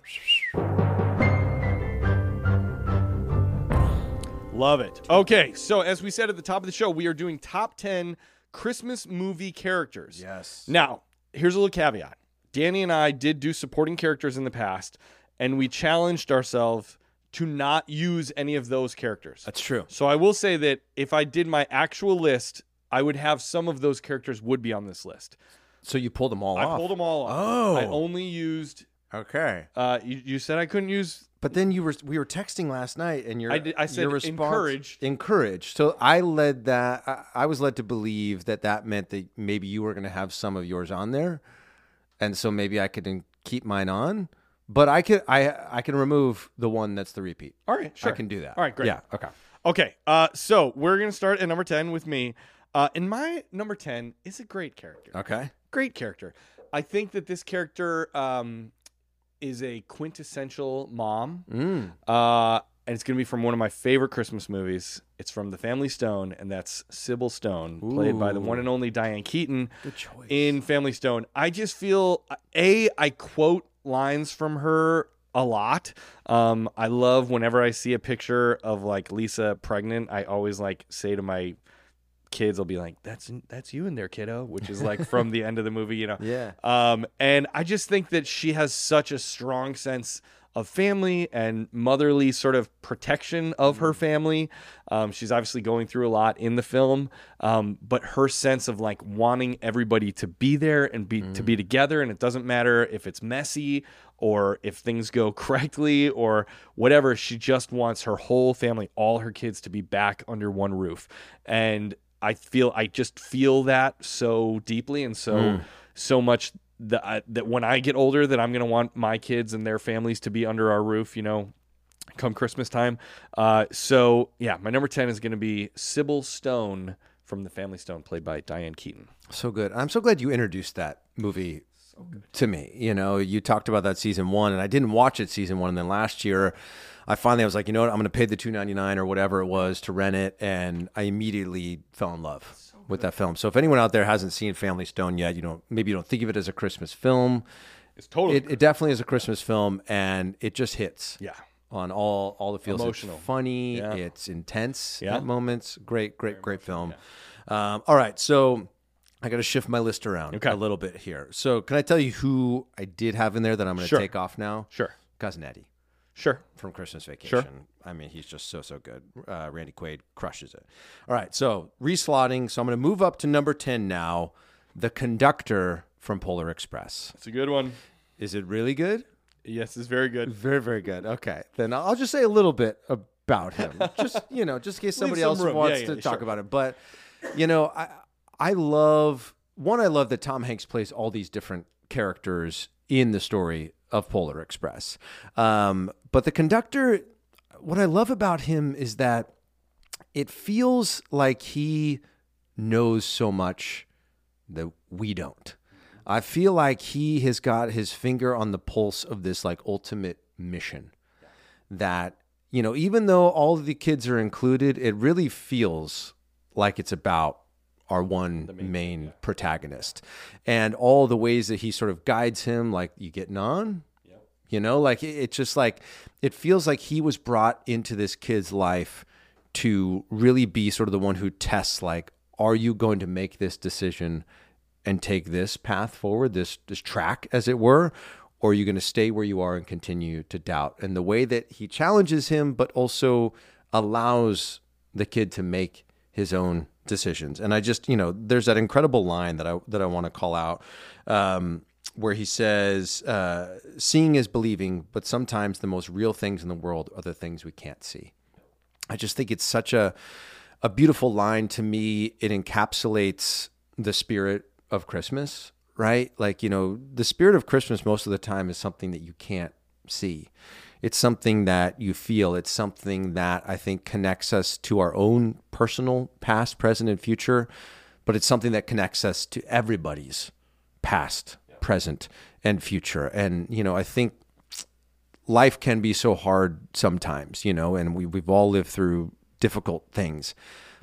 [SPEAKER 2] Love it. Okay, so as we said at the top of the show, we are doing top ten Christmas movie characters.
[SPEAKER 1] Yes.
[SPEAKER 2] Now, here's a little caveat. Danny and I did do supporting characters in the past, and we challenged ourselves to not use any of those characters.
[SPEAKER 1] That's true.
[SPEAKER 2] So I will say that if I did my actual list, I would have some of those characters would be on this list.
[SPEAKER 1] So you pulled them all
[SPEAKER 2] I
[SPEAKER 1] off.
[SPEAKER 2] pulled them all off.
[SPEAKER 1] Oh.
[SPEAKER 2] I only used.
[SPEAKER 1] Okay.
[SPEAKER 2] Uh, you, you said I couldn't use.
[SPEAKER 1] But then you were we were texting last night, and your
[SPEAKER 2] I did- I said
[SPEAKER 1] your response,
[SPEAKER 2] encouraged.
[SPEAKER 1] encouraged. So I led that. I, I was led to believe that that meant that maybe you were going to have some of yours on there, and so maybe I could en- keep mine on. But I could I I can remove the one that's the repeat.
[SPEAKER 2] All right, sure.
[SPEAKER 1] I can do that.
[SPEAKER 2] All right, great.
[SPEAKER 1] Yeah. Okay.
[SPEAKER 2] Okay. Uh, so we're gonna start at number ten with me. Uh, and my number ten is a great character.
[SPEAKER 1] Okay.
[SPEAKER 2] great character. I think that this character um, is a quintessential mom,
[SPEAKER 1] Mm.
[SPEAKER 2] uh, and it's going to be from one of my favorite Christmas movies. It's from The Family Stone, and that's Sybil Stone, played by the
[SPEAKER 1] Ooh.
[SPEAKER 2] one and only Diane Keaton
[SPEAKER 1] Good choice.
[SPEAKER 2] in Family Stone. I just feel a I quote lines from her a lot. Um, I love whenever I see a picture of like Lisa pregnant. I always like say to my kids, I'll be like, "That's that's you in there, kiddo," which is like from the end of the movie, you know.
[SPEAKER 1] yeah.
[SPEAKER 2] Um, and I just think that she has such a strong sense of family and motherly sort of protection of her family. Um, she's obviously going through a lot in the film, um, but her sense of like wanting everybody to be there and be to be together, and it doesn't matter if it's messy or if things go correctly or whatever. She just wants her whole family, all her kids, to be back under one roof, and I feel I just feel that so deeply and so so much that I, that when I get older that I'm going to want my kids and their families to be under our roof, you know, come Christmas time. Uh, so yeah, my number 10 is going to be Sybil Stone from The Family Stone played by Diane Keaton.
[SPEAKER 1] So good. I'm so glad you introduced that movie to me. You know, you talked about that season one, and I didn't watch it season one. And then last year, I finally I was like, you know what, I'm gonna pay the two ninety nine or whatever it was to rent it, and I immediately fell in love with that film. So if anyone out there hasn't seen Family Stone yet, you don't maybe you don't think of it as a Christmas film.
[SPEAKER 2] It's totally
[SPEAKER 1] It, it definitely is a Christmas film, and it just hits.
[SPEAKER 2] Yeah.
[SPEAKER 1] On all all the feels,
[SPEAKER 2] Emotional.
[SPEAKER 1] It's funny.
[SPEAKER 2] Yeah.
[SPEAKER 1] It's intense
[SPEAKER 2] Yeah.
[SPEAKER 1] at moments. Great, great, great film. Um, all right, so I got to shift my list around
[SPEAKER 2] Okay.
[SPEAKER 1] a little bit here. So can I tell you who I did have in there that I'm going to
[SPEAKER 2] Sure.
[SPEAKER 1] take off now?
[SPEAKER 2] Sure.
[SPEAKER 1] Cousin Eddie
[SPEAKER 2] Sure.
[SPEAKER 1] from Christmas Vacation. I mean, he's just so so good. Uh, Randy Quaid crushes it. All right, so reslotting. So I'm going to move up to number ten now. The conductor from Polar Express.
[SPEAKER 2] It's a good one.
[SPEAKER 1] Is it really good?
[SPEAKER 2] Yes, it's very good.
[SPEAKER 1] Very, very good. Okay. Then I'll just say a little bit about him. just, you know, just in case somebody
[SPEAKER 2] some
[SPEAKER 1] else
[SPEAKER 2] room.
[SPEAKER 1] wants
[SPEAKER 2] Yeah,
[SPEAKER 1] to
[SPEAKER 2] yeah,
[SPEAKER 1] talk
[SPEAKER 2] sure.
[SPEAKER 1] about it. But, you know, I I love one, I love that Tom Hanks plays all these different characters in the story of Polar Express. Um, but the conductor, what I love about him is that it feels like he knows so much that we don't. I feel like he has got his finger on the pulse of this like ultimate mission that you know even though all of the kids are included it really feels like it's about our one main, protagonist and all the ways that he sort of guides him like you getting on you know like it- it's just like it feels like he was brought into this kid's life to really be sort of the one who tests like are you going to make this decision and take this path forward this this track as it were or are you going to stay where you are and continue to doubt and the way that he challenges him but also allows the kid to make his own decisions and i just you know there's that incredible line that i that i want to call out um where he says, uh, "Seeing is believing, but sometimes the most real things in the world are the things we can't see." I just think it's such a a beautiful line to me. It encapsulates the spirit of Christmas, right? Like you know, the spirit of Christmas most of the time is something that you can't see. It's something that you feel. It's something that I think connects us to our own personal past, present, and future. But it's something that connects us to everybody's past, present, and future. And, you know, I think life can be so hard sometimes, you know, and we, we've all lived through difficult things.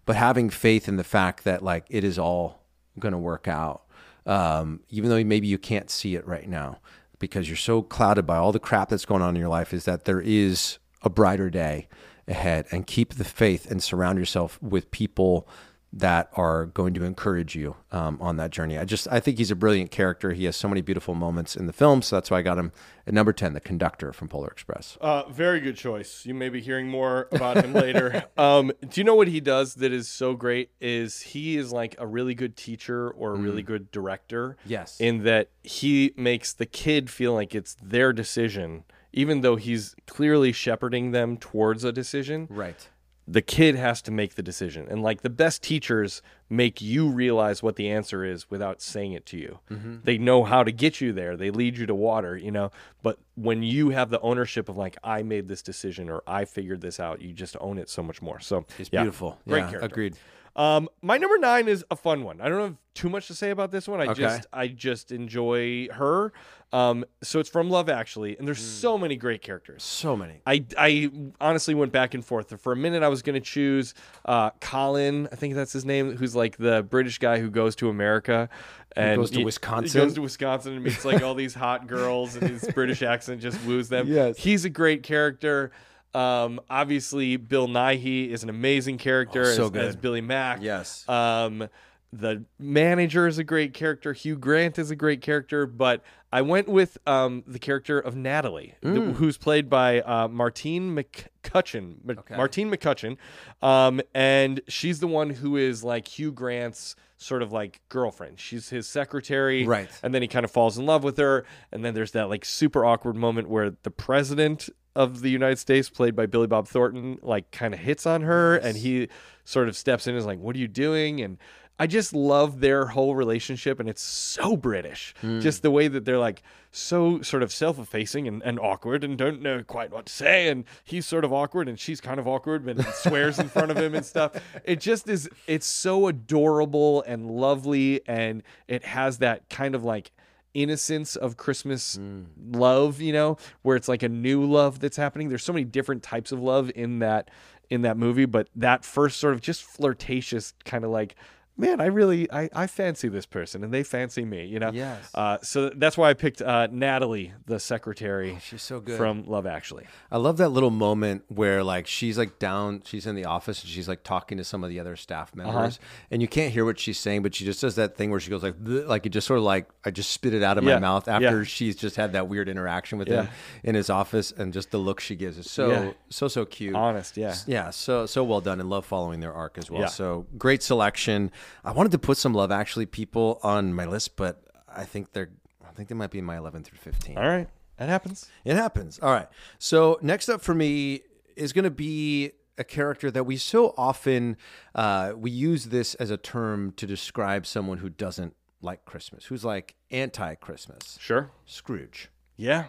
[SPEAKER 1] But having faith in the fact that, like, it is all going to work out, um, even though maybe you can't see it right now because you're so clouded by all the crap that's going on in your life, is that there is a brighter day ahead and keep the faith and surround yourself with people that are going to encourage you um, on that journey. I just I think he's a brilliant character. He has so many beautiful moments in the film, so that's why I got him at number ten, the conductor from Polar Express.
[SPEAKER 2] Uh, very good choice. You may be hearing more about him later. Um, do you know what he does that is so great? Is he is like a really good teacher or a really good director?
[SPEAKER 1] Yes.
[SPEAKER 2] In that he makes the kid feel like it's their decision, even though he's clearly shepherding them towards a decision.
[SPEAKER 1] Right.
[SPEAKER 2] the kid has to make the decision and like the best teachers make you realize what the answer is without saying it to you
[SPEAKER 1] Mm-hmm.
[SPEAKER 2] they know how to get you there they lead you to water you know but when you have the ownership of like i made this decision or i figured this out you just own it so much more so
[SPEAKER 1] It's
[SPEAKER 2] yeah.
[SPEAKER 1] beautiful.
[SPEAKER 2] great
[SPEAKER 1] yeah,
[SPEAKER 2] character
[SPEAKER 1] Agreed.
[SPEAKER 2] um, my number nine is a fun one. I don't have too much to say about this one. I
[SPEAKER 1] Okay.
[SPEAKER 2] just I just enjoy her. Um, so it's from Love Actually, and there's
[SPEAKER 1] Mm.
[SPEAKER 2] so many great characters.
[SPEAKER 1] So many.
[SPEAKER 2] I, I honestly went back and forth. For a minute, I was going to choose uh, Colin, I think that's his name, who's like the British guy who goes to America and
[SPEAKER 1] goes to
[SPEAKER 2] he-
[SPEAKER 1] Wisconsin.
[SPEAKER 2] He goes to Wisconsin and meets like all these hot girls, and his British accent just woos them.
[SPEAKER 1] Yes.
[SPEAKER 2] he's a great character. Um, obviously, Bill Nighy is an amazing character
[SPEAKER 1] Oh, so
[SPEAKER 2] as, as
[SPEAKER 1] good.
[SPEAKER 2] Billy Mack.
[SPEAKER 1] Yes.
[SPEAKER 2] Um, the manager is a great character. Hugh Grant is a great character, but I went with um, the character of Natalie, th- who's played by uh, Martine McCutcheon. M- Martine McCutcheon, um, and she's the one who is like Hugh Grant's sort of like girlfriend. She's his secretary,
[SPEAKER 1] Right.
[SPEAKER 2] And then he kind of falls in love with her, and then there's that like super awkward moment where the president of the United States, played by Billy Bob Thornton, like kind of hits on her, and he sort of steps in and is like, "What are you doing?" And I just love their whole relationship, and it's so British. Just the way that they're like so sort of self-effacing and, and awkward, and don't know quite what to say. And he's sort of awkward, and she's kind of awkward, but swears in front of him and stuff. It just is. It's so adorable and lovely, and it has that kind of like innocence of Christmas
[SPEAKER 1] Mm.
[SPEAKER 2] love, you know, where it's like a new love that's happening. There's so many different types of love in that in that movie, but that first sort of just flirtatious kind of like man, I really I, I fancy this person and they fancy me, you know.
[SPEAKER 1] Yes.
[SPEAKER 2] Uh, so that's why I picked uh, Natalie, the secretary.
[SPEAKER 1] Oh, she's so good.
[SPEAKER 2] from Love Actually.
[SPEAKER 1] I love that little moment where like she's like down, she's in the office and she's like talking to some of the other staff
[SPEAKER 2] Uh-huh.
[SPEAKER 1] members, and you can't hear what she's saying, but she just does that thing where she goes like, "Bleh," like it just sort of like I just spit it out of
[SPEAKER 2] Yeah,
[SPEAKER 1] my mouth
[SPEAKER 2] yeah.
[SPEAKER 1] after she's just had that weird interaction with him in his office, and just the look she gives is so
[SPEAKER 2] Yeah.
[SPEAKER 1] so so cute,
[SPEAKER 2] Honest, yeah.
[SPEAKER 1] yeah, so so well done, and love following their arc as well.
[SPEAKER 2] Yeah.
[SPEAKER 1] So great selection. I wanted to put some Love Actually people on my list, but I think they're I think they might be in my 11 through 15.
[SPEAKER 2] All right, that happens.
[SPEAKER 1] It happens. All right. So next up for me is going to be a character that we so often uh, we use this as a term to describe someone who doesn't like Christmas, who's like anti-Christmas,
[SPEAKER 2] Sure.
[SPEAKER 1] Scrooge.
[SPEAKER 2] Yeah.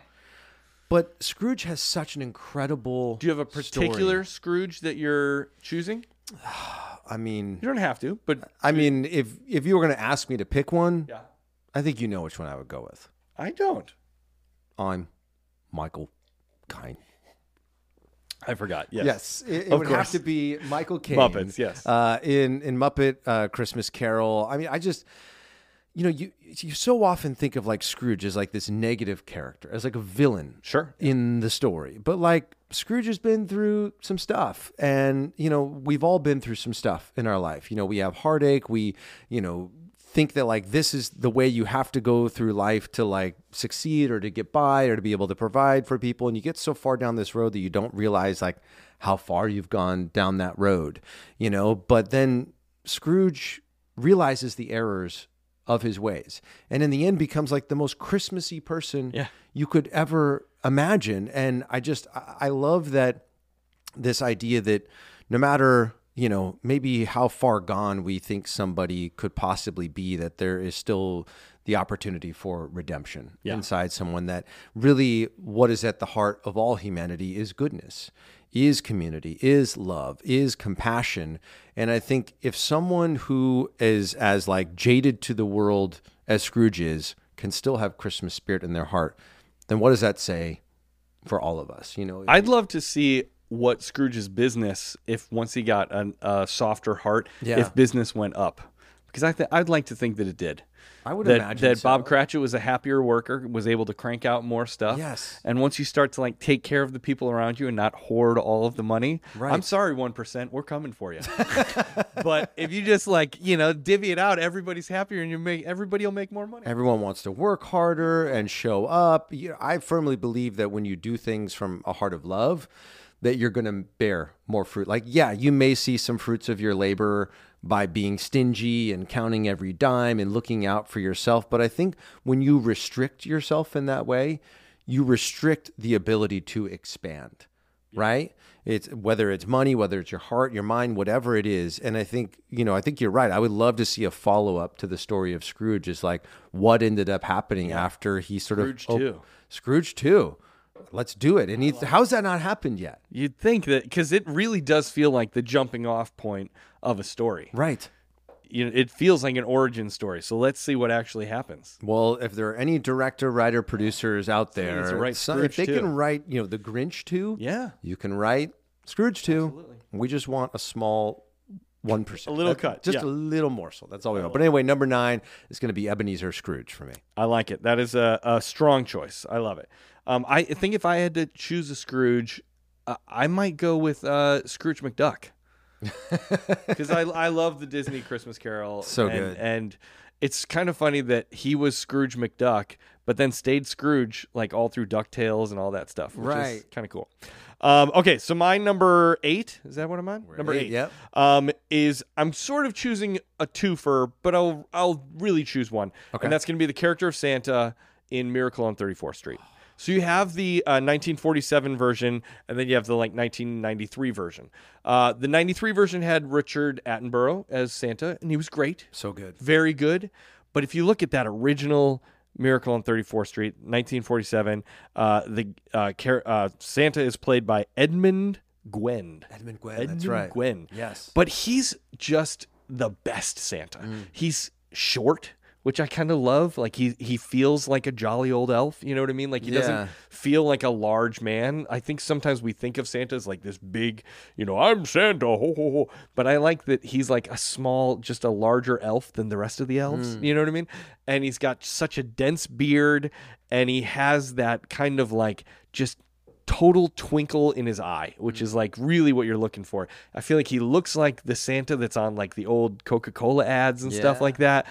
[SPEAKER 1] But Scrooge has such an incredible.
[SPEAKER 2] Do you have a
[SPEAKER 1] story.
[SPEAKER 2] particular Scrooge that you're choosing?
[SPEAKER 1] I mean,
[SPEAKER 2] You don't have to, but
[SPEAKER 1] I mean, if if you were going to ask me to pick one,
[SPEAKER 2] yeah,
[SPEAKER 1] I think you know which one I would go with.
[SPEAKER 2] I don't.
[SPEAKER 1] I'm Michael Caine.
[SPEAKER 2] I forgot.
[SPEAKER 1] Yes, it, it
[SPEAKER 2] Of
[SPEAKER 1] would have
[SPEAKER 2] course.
[SPEAKER 1] to be Michael Caine.
[SPEAKER 2] Muppets, yes.
[SPEAKER 1] Uh, in in Muppet uh, Christmas Carol. I mean, I just. You know, you you so often think of like Scrooge as like this negative character, as like a villain,
[SPEAKER 2] Sure.
[SPEAKER 1] in the story. But like Scrooge has been through some stuff, and you know we've all been through some stuff in our life. You know, we have heartache. We, you know, think that like this is the way you have to go through life to like succeed or to get by or to be able to provide for people. And you get so far down this road that you don't realize like how far you've gone down that road. You know, but then Scrooge realizes the errors of his ways and in the end becomes like the most christmassy person
[SPEAKER 2] Yeah.
[SPEAKER 1] you could ever imagine and i just I- i love that this idea that no matter you know maybe how far gone we think somebody could possibly be that there is still the opportunity for redemption inside someone that really what is at the heart of all humanity is goodness is community is love is compassion and i think if someone who is as like jaded to the world as scrooge is can still have christmas spirit in their heart then what does that say for all of us you know
[SPEAKER 2] I'd love to see what Scrooge's business, if once he got an, a softer heart,
[SPEAKER 1] Yeah.
[SPEAKER 2] if business went up, because I th- I'd like to think that it did.
[SPEAKER 1] I would
[SPEAKER 2] that,
[SPEAKER 1] imagine
[SPEAKER 2] that
[SPEAKER 1] so.
[SPEAKER 2] Bob Cratchit was a happier worker, was able to crank out more stuff.
[SPEAKER 1] Yes.
[SPEAKER 2] And once you start to like take care of the people around you and not hoard all of the money,
[SPEAKER 1] Right.
[SPEAKER 2] I'm sorry, one percent, we're coming for you. but if you just like you know divvy it out, everybody's happier and you make everybody will make more money.
[SPEAKER 1] Everyone wants to work harder and show up. You know, I firmly believe that when you do things from a heart of love, that you're going to bear more fruit. Like, yeah, you may see some fruits of your labor by being stingy and counting every dime and looking out for yourself. But I think when you restrict yourself in that way, you restrict the ability to expand right? It's whether it's money, whether it's your heart, your mind, whatever it is. And I think, you know, I think you're right. I would love to see a follow up to the story of Scrooge is like what ended up happening after he sort
[SPEAKER 2] Scrooge
[SPEAKER 1] of
[SPEAKER 2] two.
[SPEAKER 1] Scrooge 2. Let's do it. And he, how's that not happened yet?
[SPEAKER 2] You'd think that because it really does feel like the jumping off point of a story.
[SPEAKER 1] Right.
[SPEAKER 2] You know, it feels like an origin story. So let's see what actually happens.
[SPEAKER 1] Well, if there are any director, writer, producers out there,
[SPEAKER 2] needs to write
[SPEAKER 1] some-
[SPEAKER 2] Scrooge
[SPEAKER 1] if they
[SPEAKER 2] 2.
[SPEAKER 1] can write, you know, The Grinch 2,
[SPEAKER 2] Yeah.
[SPEAKER 1] you can write Scrooge 2. We just want a small 1%. A
[SPEAKER 2] little cut,
[SPEAKER 1] Just a
[SPEAKER 2] yeah.
[SPEAKER 1] little morsel. That's all we want. But anyway, number nine is going to be Ebenezer Scrooge for me.
[SPEAKER 2] I like it. That is a, a strong choice. I love it. Um, I think if I had to choose a Scrooge, uh, I might go with uh, Scrooge McDuck because I, I love the Disney Christmas Carol.
[SPEAKER 1] So
[SPEAKER 2] and,
[SPEAKER 1] good.
[SPEAKER 2] And it's kind of funny that he was Scrooge McDuck, but then stayed Scrooge like all through Ducktales and all that stuff. Which Is
[SPEAKER 1] Right.
[SPEAKER 2] kind of cool. Um, okay, so my number eight is that what I'm on? number
[SPEAKER 1] eight,
[SPEAKER 2] eight.
[SPEAKER 1] yep.
[SPEAKER 2] Um, is I'm sort of choosing a twofer, but I'll I'll really choose one. Okay. And that's going to be the character of Santa in Miracle on 34th Street. So you have the uh, 1947 version, and then you have the like 1993 version. Uh, the 93 version had Richard Attenborough as Santa, and he was great
[SPEAKER 1] So good.
[SPEAKER 2] very good. But if you look at that original Miracle on 34th Street, 1947, uh, the uh, car- uh, Santa is played by Edmund Gwen.
[SPEAKER 1] Edmund Gwen,
[SPEAKER 2] Edmund
[SPEAKER 1] that's right.
[SPEAKER 2] Gwen.
[SPEAKER 1] Yes. Mm.
[SPEAKER 2] But he's just the best Santa. He's short, which I kind of love. Like he he feels like a jolly old elf. You know what I mean? Like he
[SPEAKER 1] Yeah.
[SPEAKER 2] doesn't feel like a large man. I think sometimes we think of Santa as like this big, you know, I'm Santa, ho ho ho. But I like that he's like a small, just a larger elf than the rest of the elves.
[SPEAKER 1] Mm.
[SPEAKER 2] You know what I mean? And he's got such a dense beard, and he has that kind of like just total twinkle in his eye, which is like really what you're looking for. I feel like he looks like the Santa that's on like the old Coca Cola ads and stuff
[SPEAKER 1] Yeah.
[SPEAKER 2] like that.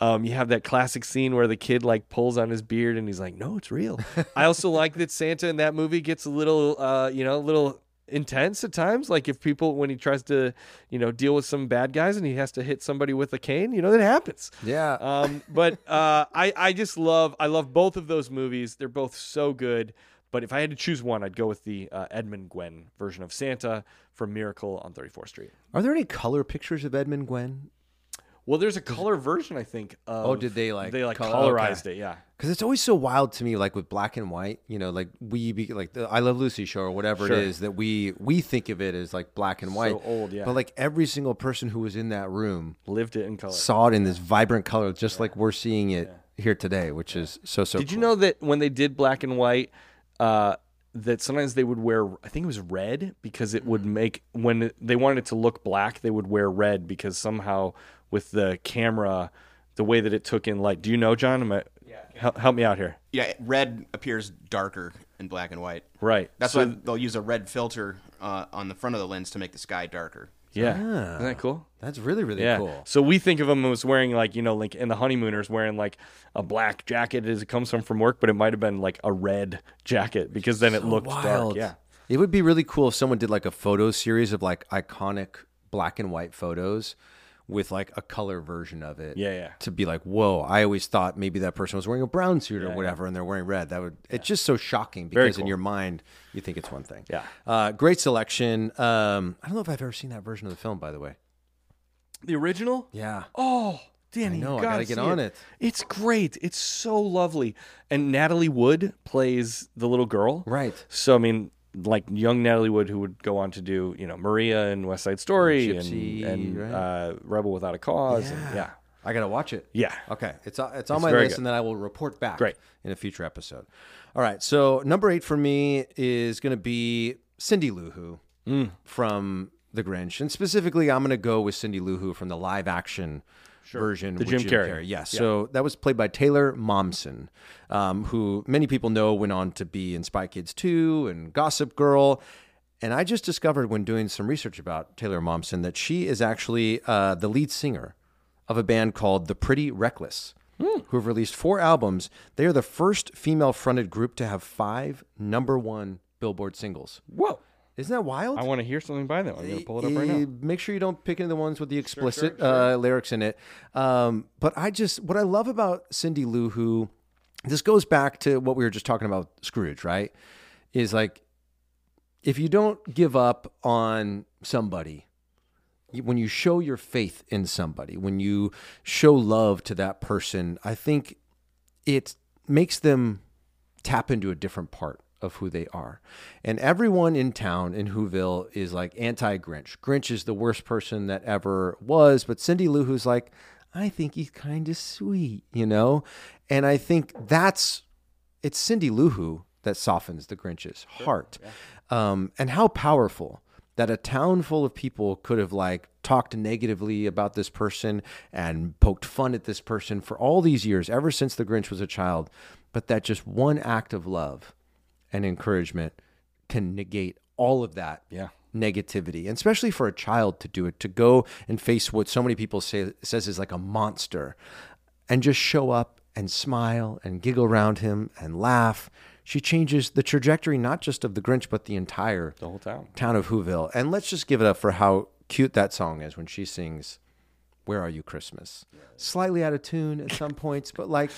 [SPEAKER 2] Um, you have that classic scene where the kid like pulls on his beard and he's like, "No, it's real." I also like that Santa in that movie gets a little, uh, you know, a little intense at times. Like if people when he tries to, you know, deal with some bad guys and he has to hit somebody with a cane, you know, that happens.
[SPEAKER 1] Yeah.
[SPEAKER 2] Um, but uh, I I just love I love both of those movies. They're both so good. But if I had to choose one, I'd go with the uh, Edmund Gwen version of Santa from Miracle on 34th Street.
[SPEAKER 1] Are there any color pictures of Edmund Gwen?
[SPEAKER 2] Well, there's a color version, I think. Of,
[SPEAKER 1] Oh, did they, like,
[SPEAKER 2] they like
[SPEAKER 1] color- okay.
[SPEAKER 2] colorized it? Yeah.
[SPEAKER 1] Because it's always so wild to me, like with black and white. You know, like we be like the I Love Lucy show or whatever
[SPEAKER 2] Sure.
[SPEAKER 1] it is that we we think of it as like black and white.
[SPEAKER 2] old, yeah.
[SPEAKER 1] But like every single person who was in that room
[SPEAKER 2] lived it in color.
[SPEAKER 1] saw it in this vibrant color, just like we're seeing it here today, which is so so.
[SPEAKER 2] did you
[SPEAKER 1] cool.
[SPEAKER 2] know that when they did black and white, uh, that sometimes they would wear I think it was red because it would make when they wanted it to look black, they would wear red because somehow with the camera, the way that it took in light. Do you know, John? Am I, help, help me out here.
[SPEAKER 6] Yeah, red appears darker in black and white.
[SPEAKER 2] Right.
[SPEAKER 6] That's
[SPEAKER 2] So-
[SPEAKER 6] why they'll use a red filter uh, on the front of the lens to make the sky darker.
[SPEAKER 2] Yeah. Isn't that cool?
[SPEAKER 1] That's really really
[SPEAKER 2] Yeah.
[SPEAKER 1] cool.
[SPEAKER 2] So we think of him as wearing like, you know, like in the honeymooners wearing like a black jacket as it comes from from work, but it might have been like a red jacket because then it looked dark.
[SPEAKER 1] Wild.
[SPEAKER 2] Yeah.
[SPEAKER 1] It would be really cool if someone did like a photo series of like iconic black and white photos with like a color version of it.
[SPEAKER 2] Yeah, yeah.
[SPEAKER 1] To be like, whoa, I always thought maybe that person was wearing a brown suit or whatever and they're wearing red. That would it's just so shocking because in
[SPEAKER 2] cool.
[SPEAKER 1] your mind you think it's one thing.
[SPEAKER 2] Yeah.
[SPEAKER 1] Uh, great selection. Um, I don't know if I've ever seen that version of the film, by the way.
[SPEAKER 2] The original?
[SPEAKER 1] Yeah.
[SPEAKER 2] Oh, Danny,
[SPEAKER 1] I know,
[SPEAKER 2] you
[SPEAKER 1] I
[SPEAKER 2] gotta,
[SPEAKER 1] gotta get
[SPEAKER 2] see
[SPEAKER 1] on
[SPEAKER 2] it.
[SPEAKER 1] it.
[SPEAKER 2] It's great. It's so lovely. And Natalie Wood plays the little girl.
[SPEAKER 1] Right.
[SPEAKER 2] So I mean, like young Natalie Wood, who would go on to do you know Maria and West Side Story and,
[SPEAKER 1] Gypsy,
[SPEAKER 2] and
[SPEAKER 1] right?
[SPEAKER 2] uh, Rebel Without a Cause. Yeah. Uh, And, yeah.
[SPEAKER 1] I gotta watch it.
[SPEAKER 2] Yeah.
[SPEAKER 1] Okay. It's on- it's on my
[SPEAKER 2] very
[SPEAKER 1] list,
[SPEAKER 2] good.
[SPEAKER 1] and then I will report back.
[SPEAKER 2] Great.
[SPEAKER 1] In a future episode. All right. So number eight for me is gonna be Cindy Lou Who from The Grinch, and specifically, I'm gonna go with Cindy Lou Who from the live action. Version
[SPEAKER 2] The
[SPEAKER 1] with
[SPEAKER 2] Jim Carrey.
[SPEAKER 1] yes. So that was played by Taylor Momsen, um, who many people know went on to be in Spy Kids 2 and Gossip Girl. And I just discovered when doing some research about Taylor Momsen that she is actually uh, the lead singer of a band called The Pretty Reckless,
[SPEAKER 2] Hmm.
[SPEAKER 1] who have released four albums. They are the first female fronted group to have five number one Billboard singles.
[SPEAKER 2] Whoa.
[SPEAKER 1] Isn't that wild?
[SPEAKER 2] I want to hear something by them. I'm gonna pull it up right
[SPEAKER 1] Eh,
[SPEAKER 2] now.
[SPEAKER 1] Make sure you don't pick any of the ones with the explicit Uh, lyrics in it. Um, but I just what I love about Cindy Lou Who, this goes back to what we were just talking about Scrooge, right? Is like if you don't give up on somebody, you- when you show your faith in somebody, when you show love to that person, I think it makes them tap into a different part of who they are. And everyone in town in Whoville is like anti Grinch. Grinch is the worst person that ever was, but Cindy Lou Who's like, I think he's kind of sweet, you know? And I think that's it's Cindy Lou Who that softens the Grinch's heart. Um, and how powerful that a town full of people could have like talked negatively about this person and poked fun at this person for all these years, ever since the Grinch was a child. But that just one act of love and encouragement can negate all of that
[SPEAKER 2] Yeah.
[SPEAKER 1] negativity and especially for a child to do it to go and face what so many people say says is like a monster and just show up and smile and giggle around him and laugh she changes the trajectory not just of the grinch but the entire
[SPEAKER 2] The whole town.
[SPEAKER 1] town of whoville and let's just give it up for how cute that song is when she sings where are you christmas slightly out of tune at some points but like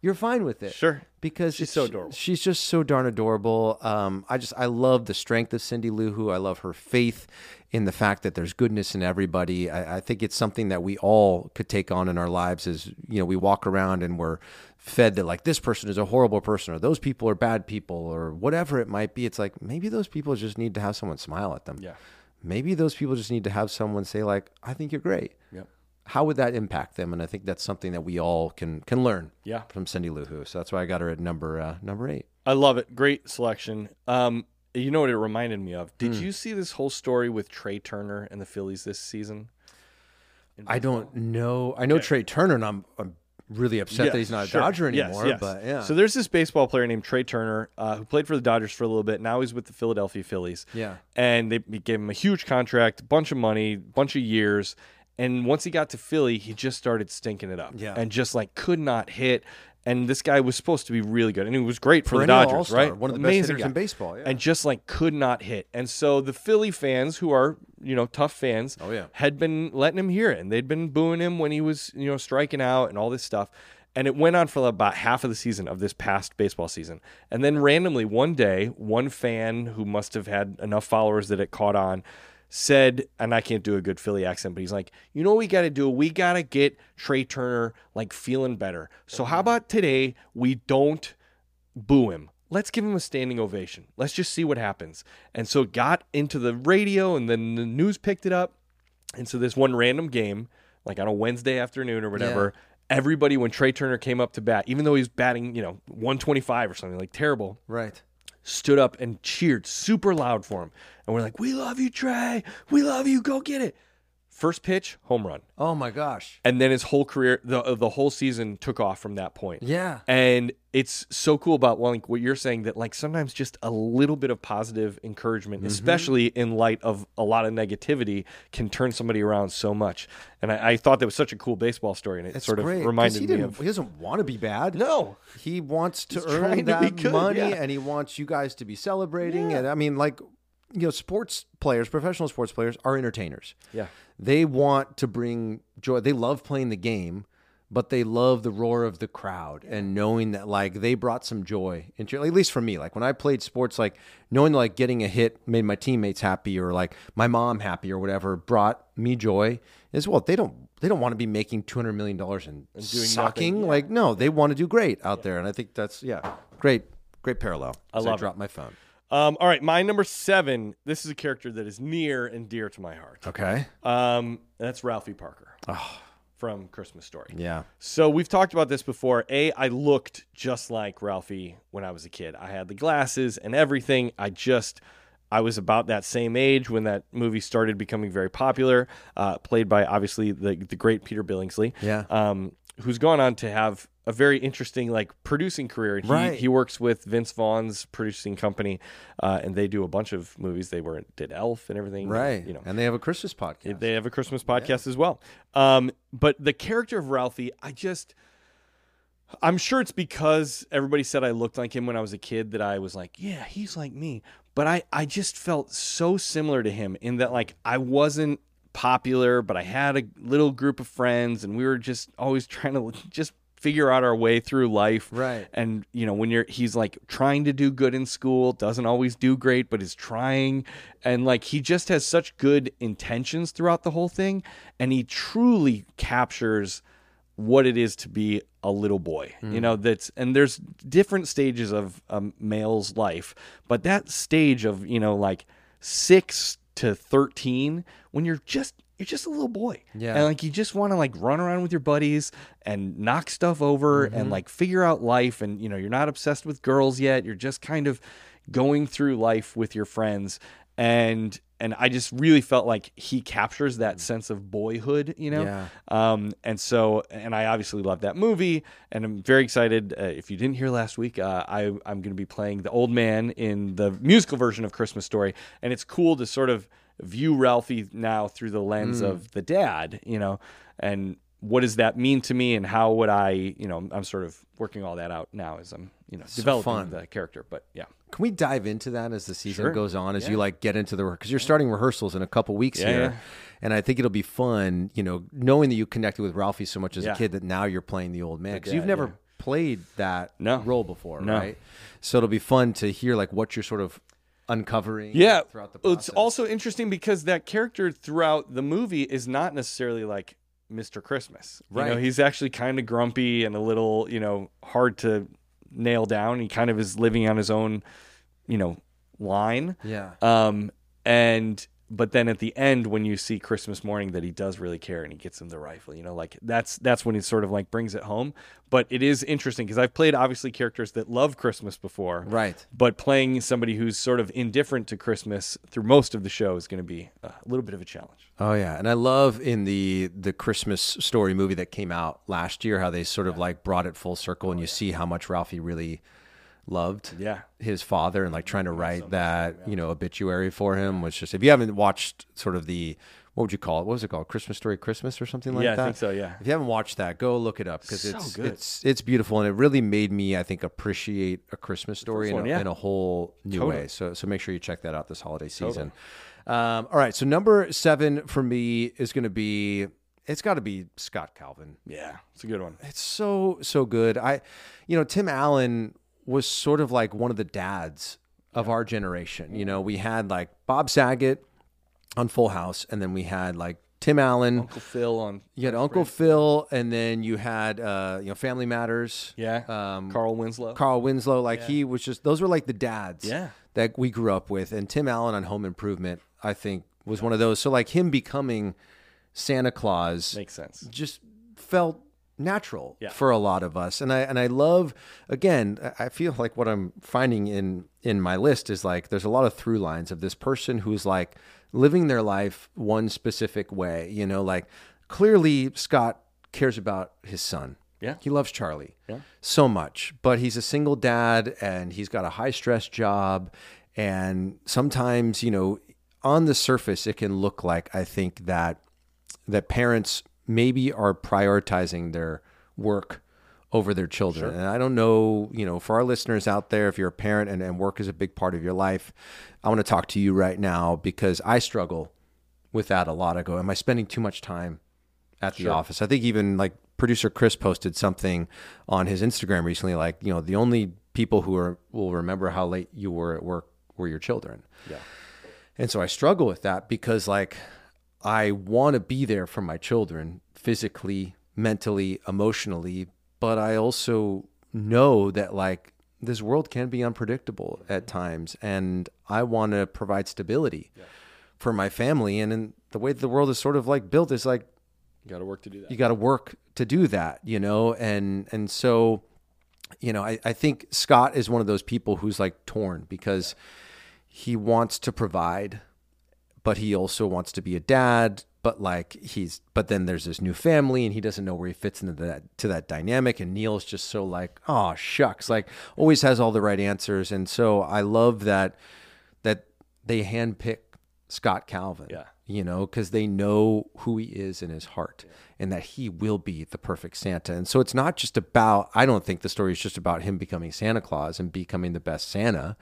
[SPEAKER 1] you're fine with it
[SPEAKER 2] Sure.
[SPEAKER 1] because
[SPEAKER 2] She's
[SPEAKER 1] it's-
[SPEAKER 2] so adorable.
[SPEAKER 1] She's just so darn adorable. Um, I just I love the strength of Cindy Lou Who. I love her faith in the fact that there's goodness in everybody. I, I think it's something that we all could take on in our lives. As you know, we walk around and we're fed that like this person is a horrible person or those people are bad people or whatever it might be. It's like maybe those people just need to have someone smile at them.
[SPEAKER 2] Yeah.
[SPEAKER 1] Maybe those people just need to have someone say like, "I think you're great."
[SPEAKER 2] Yep.
[SPEAKER 1] how would that impact them? And I think that's something that we all can can learn
[SPEAKER 2] Yeah.
[SPEAKER 1] from Cindy Lou Who. So that's why I got her at number uh, number eight.
[SPEAKER 2] I love it. Great selection. Um, you know what it reminded me of? Did you see this whole story with Trey Turner and the Phillies this season?
[SPEAKER 1] I don't know. I know Trey Turner, and I'm, I'm really upset that he's
[SPEAKER 2] Yes,
[SPEAKER 1] not a
[SPEAKER 2] sure.
[SPEAKER 1] Dodger
[SPEAKER 2] Yes,
[SPEAKER 1] anymore.
[SPEAKER 2] yes.
[SPEAKER 1] But yeah,
[SPEAKER 2] So there's this baseball player named Trey Turner uh, who played for the Dodgers for a little bit. Now he's with the Philadelphia Phillies.
[SPEAKER 1] Yeah.
[SPEAKER 2] And they gave him a huge contract, bunch of money, bunch of years. And once he got to Philly, he just started stinking it up.
[SPEAKER 1] Yeah.
[SPEAKER 2] And just like could not hit. And this guy was supposed to be really good, and he was great for
[SPEAKER 1] Perennial
[SPEAKER 2] the Dodgers,
[SPEAKER 1] all-star,
[SPEAKER 2] right?
[SPEAKER 1] one of the best hitters in baseball, yeah.
[SPEAKER 2] And just like could not hit. And so the Philly fans, who are you know tough fans,
[SPEAKER 1] Oh, yeah.
[SPEAKER 2] had been letting him hear it, and they'd been booing him when he was, you know, striking out and all this stuff. And it went on for about half of the season of this past baseball season. And then randomly one day, one fan who must have had enough followers that it caught on said, and I can't do a good Philly accent, but he's like, you know what we got to do? We got to get Trey Turner like feeling better. So
[SPEAKER 1] Mm-hmm.
[SPEAKER 2] how about today we don't boo him. Let's give him a standing ovation. Let's just see what happens. And so it got into the radio, and then the news picked it up. And so this one random game, like on a Wednesday afternoon or whatever, everybody when Trey Turner came up to bat, even though he was batting, you know, 125 or something like terrible,
[SPEAKER 1] right.
[SPEAKER 2] stood up and cheered super loud for him. And we're like, "We love you, Trey. We love you. Go get it." First pitch, home run.
[SPEAKER 1] Oh my gosh.
[SPEAKER 2] And then his whole career, the uh, the whole season took off from that point.
[SPEAKER 1] Yeah.
[SPEAKER 2] And it's so cool about well, like what you're saying that like sometimes just a little bit of positive
[SPEAKER 1] Mm-hmm.
[SPEAKER 2] encouragement, especially in light of a lot of negativity, can turn somebody around so much. And I, I thought that was such a cool baseball story, and it
[SPEAKER 1] It's
[SPEAKER 2] sort of
[SPEAKER 1] great, 'cause
[SPEAKER 2] reminded
[SPEAKER 1] he
[SPEAKER 2] me
[SPEAKER 1] didn't-
[SPEAKER 2] of
[SPEAKER 1] He doesn't want to be bad.
[SPEAKER 2] no,
[SPEAKER 1] he wants to
[SPEAKER 2] He's
[SPEAKER 1] earn
[SPEAKER 2] trying to
[SPEAKER 1] that
[SPEAKER 2] be good,
[SPEAKER 1] money,
[SPEAKER 2] yeah.
[SPEAKER 1] and he wants you guys to be celebrating. And I mean, like you know, sports players, professional sports players, are entertainers.
[SPEAKER 2] yeah,
[SPEAKER 1] They want to bring joy. They love playing the game, but they love the roar of the crowd and knowing that like they brought some joy into at least for me. Like when I played sports, like knowing like getting a hit made my teammates happy or like my mom happy or whatever brought me joy as well. They don't they don't want to be making two hundred million dollars and,
[SPEAKER 2] doing
[SPEAKER 1] sucking. Like no, they want to do great out there. And I think that's yeah, great great parallel. I
[SPEAKER 2] love it.
[SPEAKER 1] I dropped my phone.
[SPEAKER 2] Um, all right, my number seven. This is a character that is near and dear to my heart.
[SPEAKER 1] Okay.
[SPEAKER 2] Um, that's Ralphie Parker
[SPEAKER 1] Ah.
[SPEAKER 2] from Christmas Story.
[SPEAKER 1] Yeah.
[SPEAKER 2] So we've talked about this before. A, I looked just like Ralphie when I was a kid. I had the glasses and everything. I just, I was about that same age when that movie started becoming very popular. Uh, played by obviously the the great Peter Billingsley.
[SPEAKER 1] Yeah.
[SPEAKER 2] Um, who's gone on to have a very interesting like producing career. He,
[SPEAKER 1] Right.
[SPEAKER 2] He works with Vince Vaughn's producing company, uh, and they do a bunch of movies. They were did Elf and everything.
[SPEAKER 1] Right.
[SPEAKER 2] You know.
[SPEAKER 1] And they have a Christmas podcast.
[SPEAKER 2] They have a Christmas podcast as well. Um, but the character of Ralphie, I just, I'm sure it's because everybody said I looked like him when I was a kid that I was like, yeah, he's like me. But I, I just felt so similar to him in that, like, I wasn't popular, but I had a little group of friends and we were just always trying to just figure out our way through life
[SPEAKER 1] Right.
[SPEAKER 2] and you know when you're he's like trying to do good in school doesn't always do great but is trying and like he just has such good intentions throughout the whole thing and he truly captures what it is to be a little boy
[SPEAKER 1] Mm.
[SPEAKER 2] you know that's and there's different stages of a male's life but that stage of you know like 6 to 13 when you're just you're just a little boy
[SPEAKER 1] Yeah.
[SPEAKER 2] and like you just want to like run around with your buddies and knock stuff over
[SPEAKER 1] Mm-hmm.
[SPEAKER 2] and like figure out life and you know you're not obsessed with girls yet you're just kind of going through life with your friends and and I just really felt like he captures that sense of boyhood you know
[SPEAKER 1] Mm. Yeah.
[SPEAKER 2] um, and so, and I obviously love that movie, and I'm very excited. Uh, if you didn't hear last week, uh, I, I'm going to be playing the old man in the musical version of Christmas Story, and it's cool to sort of view Ralphie now through the lens
[SPEAKER 1] Mm.
[SPEAKER 2] of the dad, you know, and what does that mean to me, and how would I, you know, I'm sort of working all that out now as I'm, you know, developing
[SPEAKER 1] fun.
[SPEAKER 2] the character. But yeah,
[SPEAKER 1] Can we dive into that as the season
[SPEAKER 2] Sure.
[SPEAKER 1] goes on, as you like get into the work? Because you're starting rehearsals in a couple weeks
[SPEAKER 2] Yeah,
[SPEAKER 1] here,
[SPEAKER 2] yeah.
[SPEAKER 1] and I think it'll be fun. You know, knowing that you connected with Ralphie so much as
[SPEAKER 2] Yeah.
[SPEAKER 1] a kid that now you're playing the old man because you've
[SPEAKER 2] dad,
[SPEAKER 1] never
[SPEAKER 2] yeah.
[SPEAKER 1] played that
[SPEAKER 2] No.
[SPEAKER 1] role before,
[SPEAKER 2] No.
[SPEAKER 1] right? So it'll be fun to hear like what you're sort of uncovering.
[SPEAKER 2] yeah
[SPEAKER 1] throughout the
[SPEAKER 2] it's
[SPEAKER 1] process.
[SPEAKER 2] also interesting because that character throughout the movie is not necessarily like mr christmas You know,
[SPEAKER 1] Right.
[SPEAKER 2] he's actually kind of grumpy and a little you know hard to nail down he kind of is living on his own you know line
[SPEAKER 1] yeah.
[SPEAKER 2] um and But then at the end, when you see Christmas morning, that he does really care and he gets him the rifle, you know, like that's that's when he sort of like brings it home. But it is interesting because I've played obviously characters that love Christmas before,
[SPEAKER 1] Right.
[SPEAKER 2] But playing somebody who's sort of indifferent to Christmas through most of the show is going to be a little bit of a challenge.
[SPEAKER 1] Oh yeah, and I love in the the Christmas story movie that came out last year how they sort of like brought it full circle and you see how much Ralphie really loved
[SPEAKER 2] Oh, Yeah.
[SPEAKER 1] his father and like trying to write that you know obituary for him was just if you haven't watched sort of the what would you call it what was it called Christmas Story Christmas or something like
[SPEAKER 2] Yeah, I
[SPEAKER 1] that
[SPEAKER 2] think so, yeah.
[SPEAKER 1] if you haven't watched that go look it up because
[SPEAKER 2] So
[SPEAKER 1] it's
[SPEAKER 2] good.
[SPEAKER 1] it's it's beautiful and it really made me I think appreciate a Christmas story in,
[SPEAKER 2] one,
[SPEAKER 1] a,
[SPEAKER 2] yeah.
[SPEAKER 1] in a whole new way so so make sure you check that out this holiday season. Um, all right, so number seven for me is going to be it's got to be Scott Calvin.
[SPEAKER 2] Yeah, it's a good one.
[SPEAKER 1] It's so so good. I, you know, Tim Allen was sort of like one of the dads of our generation. You know, we had like Bob Saget on Full House, and then we had like Tim Allen.
[SPEAKER 2] Uncle Phil on
[SPEAKER 1] you had Uncle Phil, and then you had uh, you know Family Matters.
[SPEAKER 2] yeah,
[SPEAKER 1] Um,
[SPEAKER 2] Carl Winslow.
[SPEAKER 1] Carl Winslow. Like he was just those were like the dads
[SPEAKER 2] Yeah.
[SPEAKER 1] that we grew up with. And Tim Allen on Home Improvement, I think, was one of those. So like him becoming Santa Claus
[SPEAKER 2] makes sense.
[SPEAKER 1] just felt natural
[SPEAKER 2] Yeah.
[SPEAKER 1] for a lot of us and i and i love again I- i feel like what i'm finding in in my list is like there's a lot of through lines of this person who's like living their life one specific way you know like clearly scott cares about his son
[SPEAKER 2] Yeah.
[SPEAKER 1] he loves charlie yeah. so much but he's a single dad and he's got a high stress job and sometimes you know on the surface it can look like i think that that parents maybe are prioritizing their work over their children. And I don't know, you know, for our listeners out there, if you're a parent and, and work is a big part of your life, I want to talk to you right now because I struggle with that a lot. I go, am I spending too much time at the office? I think even like producer Chris posted something on his Instagram recently, like, you know, the only people who are will remember how late you were at work were your children. Yeah. And so I struggle with that because like I want to be there for my children physically, mentally, emotionally, but I also know that like this world can be unpredictable at times and I want to provide stability for my family and in the way that the world is sort of like built is like
[SPEAKER 2] You got to work to do that.
[SPEAKER 1] you got to work to do that, you know? And, and so, you know, I, I think Scott is one of those people who's like torn because he wants to provide, but he also wants to be a dad. But like he's, but then there's this new family, and he doesn't know where he fits into that to that dynamic. And Neil's just so like, oh shucks, like always has all the right answers. And so I love that that they handpick Scott Calvin.
[SPEAKER 2] Yeah.
[SPEAKER 1] you know, because they know who he is in his heart, and that he will be the perfect Santa. And so it's not just about. I don't think the story is just about him becoming Santa Claus and becoming the best Santa.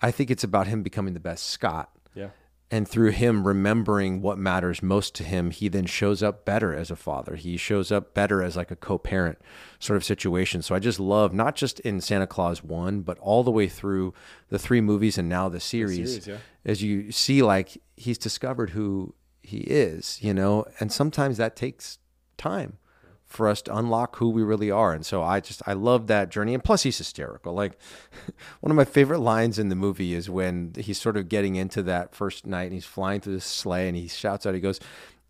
[SPEAKER 1] I think it's about him becoming the best Scott.
[SPEAKER 2] Yeah.
[SPEAKER 1] And through him remembering what matters most to him, he then shows up better as a father. He shows up better as like a co parent sort of situation. So I just love, not just in Santa Claus 1, but all the way through the three movies and now the series, as you see, like he's discovered who he is, you know? And sometimes that takes time for us to unlock who we really are. And so I just I love that journey. And plus he's hysterical. Like one of my favorite lines in the movie is when he's sort of getting into that first night and he's flying through this sleigh and he shouts out, he goes,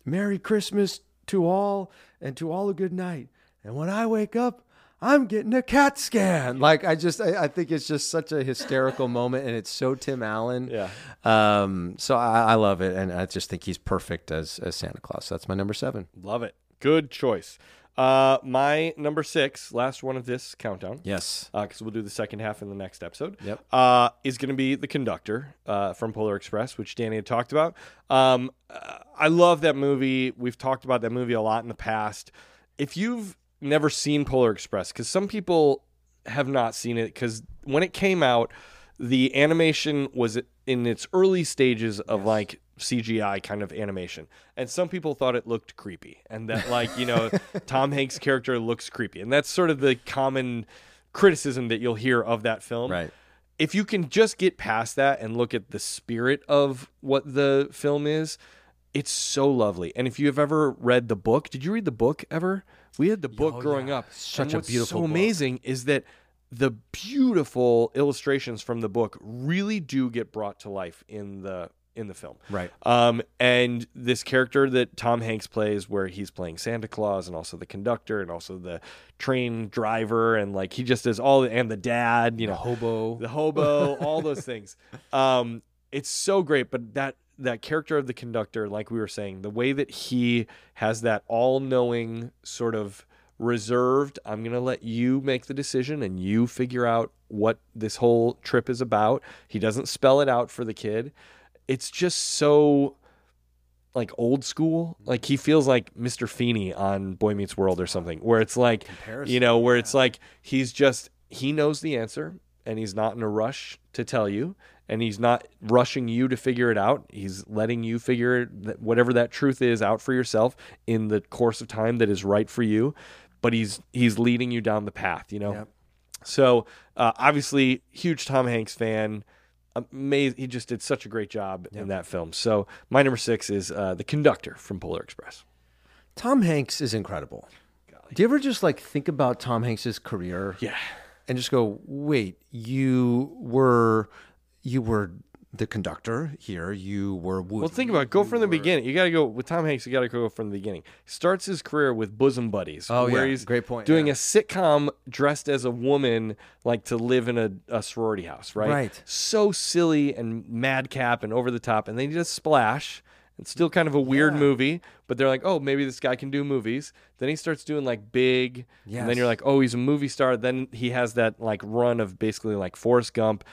[SPEAKER 1] Merry Christmas to all and to all a good night. And when I wake up, I'm getting a CAT scan. Like I just I, I think it's just such a hysterical moment and it's so Tim Allen.
[SPEAKER 2] Yeah.
[SPEAKER 1] Um so I, I love it and I just think he's perfect as as Santa Claus. So that's my number seven.
[SPEAKER 2] Love it. Good choice. Uh, my number six, last one of this countdown.
[SPEAKER 1] Yes.
[SPEAKER 2] Because Uh, we'll do the second half in the next episode.
[SPEAKER 1] Yep.
[SPEAKER 2] Uh, is going to be the conductor uh, from Polar Express, which Danny had talked about. Um, uh, I love that movie. We've talked about that movie a lot in the past. If you've never seen Polar Express, because some people have not seen it, because when it came out, the animation was in its early stages of like CGI kind of animation. And some people thought it looked creepy and that like, you know, Tom Hanks' character looks creepy. And that's sort of the common criticism that you'll hear of that film
[SPEAKER 1] Right.
[SPEAKER 2] if you can just get past that and look at the spirit of what the film is, it's so lovely. And if you have ever read the book, did you read the book ever? We had the book growing up.
[SPEAKER 1] Oh, Such
[SPEAKER 2] and
[SPEAKER 1] a
[SPEAKER 2] what's
[SPEAKER 1] beautiful
[SPEAKER 2] So
[SPEAKER 1] book.
[SPEAKER 2] amazing is that the beautiful illustrations from the book really do get brought to life in the in the film.
[SPEAKER 1] Right.
[SPEAKER 2] Um, and this character that Tom Hanks plays, where he's playing Santa Claus and also the conductor and also the train driver, and like he just does all and the dad, you know,
[SPEAKER 1] hobo.
[SPEAKER 2] the hobo, all those things. Um, it's so great, but that that character of the conductor, like we were saying, the way that he has that all-knowing sort of reserved, I'm gonna let you make the decision and you figure out what this whole trip is about. He doesn't spell it out for the kid. It's just so like old school. Like he feels like Mr. Feeney on Boy Meets World or something, where it's like, you know, where it's like he's just he knows the answer and he's not in a rush to tell you, and he's not rushing you to figure it out. He's letting you figure it- that- whatever that truth is out for yourself in the course of time that is right for you. But he's he's leading you down the path, you know.
[SPEAKER 1] Yep.
[SPEAKER 2] So uh, obviously, huge Tom Hanks fan. Amazing. He just did such a great job in that film. So my number six is uh, the conductor from Polar Express.
[SPEAKER 1] Tom Hanks is incredible. Do you ever just like think about Tom Hanks's career?
[SPEAKER 2] Yeah.
[SPEAKER 1] and just go, wait, you were you were the conductor here. You were Woody.
[SPEAKER 2] Well, think about it. go from the beginning. You got to go with Tom Hanks. You got to go from the beginning. Starts his career with Bosom Buddies.
[SPEAKER 1] Oh,
[SPEAKER 2] where
[SPEAKER 1] yeah.
[SPEAKER 2] he's
[SPEAKER 1] Great point,
[SPEAKER 2] Doing
[SPEAKER 1] yeah.
[SPEAKER 2] a sitcom dressed as a woman, like to live in a, a sorority house, right?
[SPEAKER 1] Right.
[SPEAKER 2] So silly and madcap and over the top, and they did a splash. It's still kind of a weird movie, but they're like, oh, maybe this guy can do movies. Then he starts doing like big, and then
[SPEAKER 1] Yes.
[SPEAKER 2] you're like, oh, he's a movie star. Then he has that like run of basically like Forrest Gump,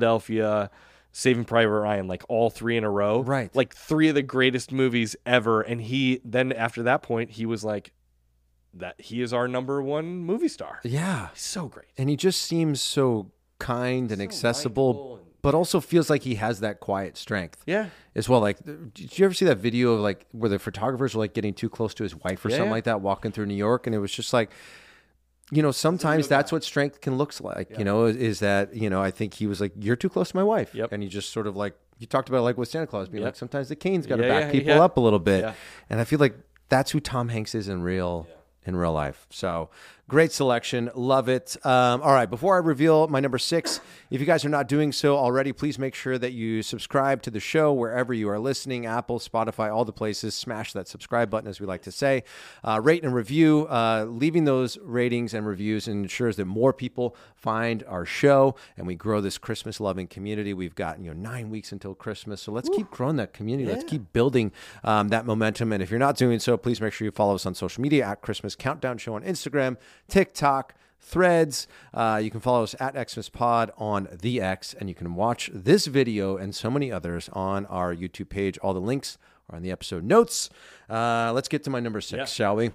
[SPEAKER 2] Philadelphia, Saving Private Ryan, like all three in a row.
[SPEAKER 1] Right.
[SPEAKER 2] Like three of the greatest movies ever. And he then after that point, he was like, that he is our number one movie star.
[SPEAKER 1] yeah,
[SPEAKER 2] So great.
[SPEAKER 1] and he just seems so kind and accessible, but also feels like he has that quiet strength.
[SPEAKER 2] Yeah.
[SPEAKER 1] as well. Like, did you ever see that video of like where the photographers were like getting too close to his wife or
[SPEAKER 2] Yeah,
[SPEAKER 1] something
[SPEAKER 2] yeah.
[SPEAKER 1] like that, walking through New York, and it was just like, you know, sometimes that's what strength can looks like. You know, is, is that you know I think he was like, you're too close to my wife,
[SPEAKER 2] Yep.
[SPEAKER 1] and he just sort of like you talked about like with Santa Claus being
[SPEAKER 2] Yep.
[SPEAKER 1] like sometimes the cane's got to
[SPEAKER 2] Yeah,
[SPEAKER 1] back
[SPEAKER 2] yeah,
[SPEAKER 1] people
[SPEAKER 2] yeah.
[SPEAKER 1] up a little bit,
[SPEAKER 2] Yeah.
[SPEAKER 1] and I feel like that's who Tom Hanks is in real. In real life. So great selection. Love it. Um, all right. Before I reveal my number six, if you guys are not doing so already, please make sure that you subscribe to the show wherever you are listening Apple, Spotify, all the places. Smash that subscribe button, as we like to say. Uh, rate and review. Uh, leaving those ratings and reviews ensures that more people find our show and we grow this Christmas loving community. We've got, you know, nine weeks until Christmas. So let's keep growing that community. Let's keep building um, that momentum. And if you're not doing so, please make sure you follow us on social media at Christmas Countdown Show on Instagram, TikTok, Threads. Uh, you can follow us at Xmas Pod on the X, and you can watch this video and so many others on our YouTube page. All the links are in the episode notes. Uh, let's get to my number six, shall we? All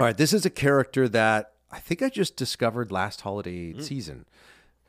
[SPEAKER 1] right, this is a character that I think I just discovered last holiday season,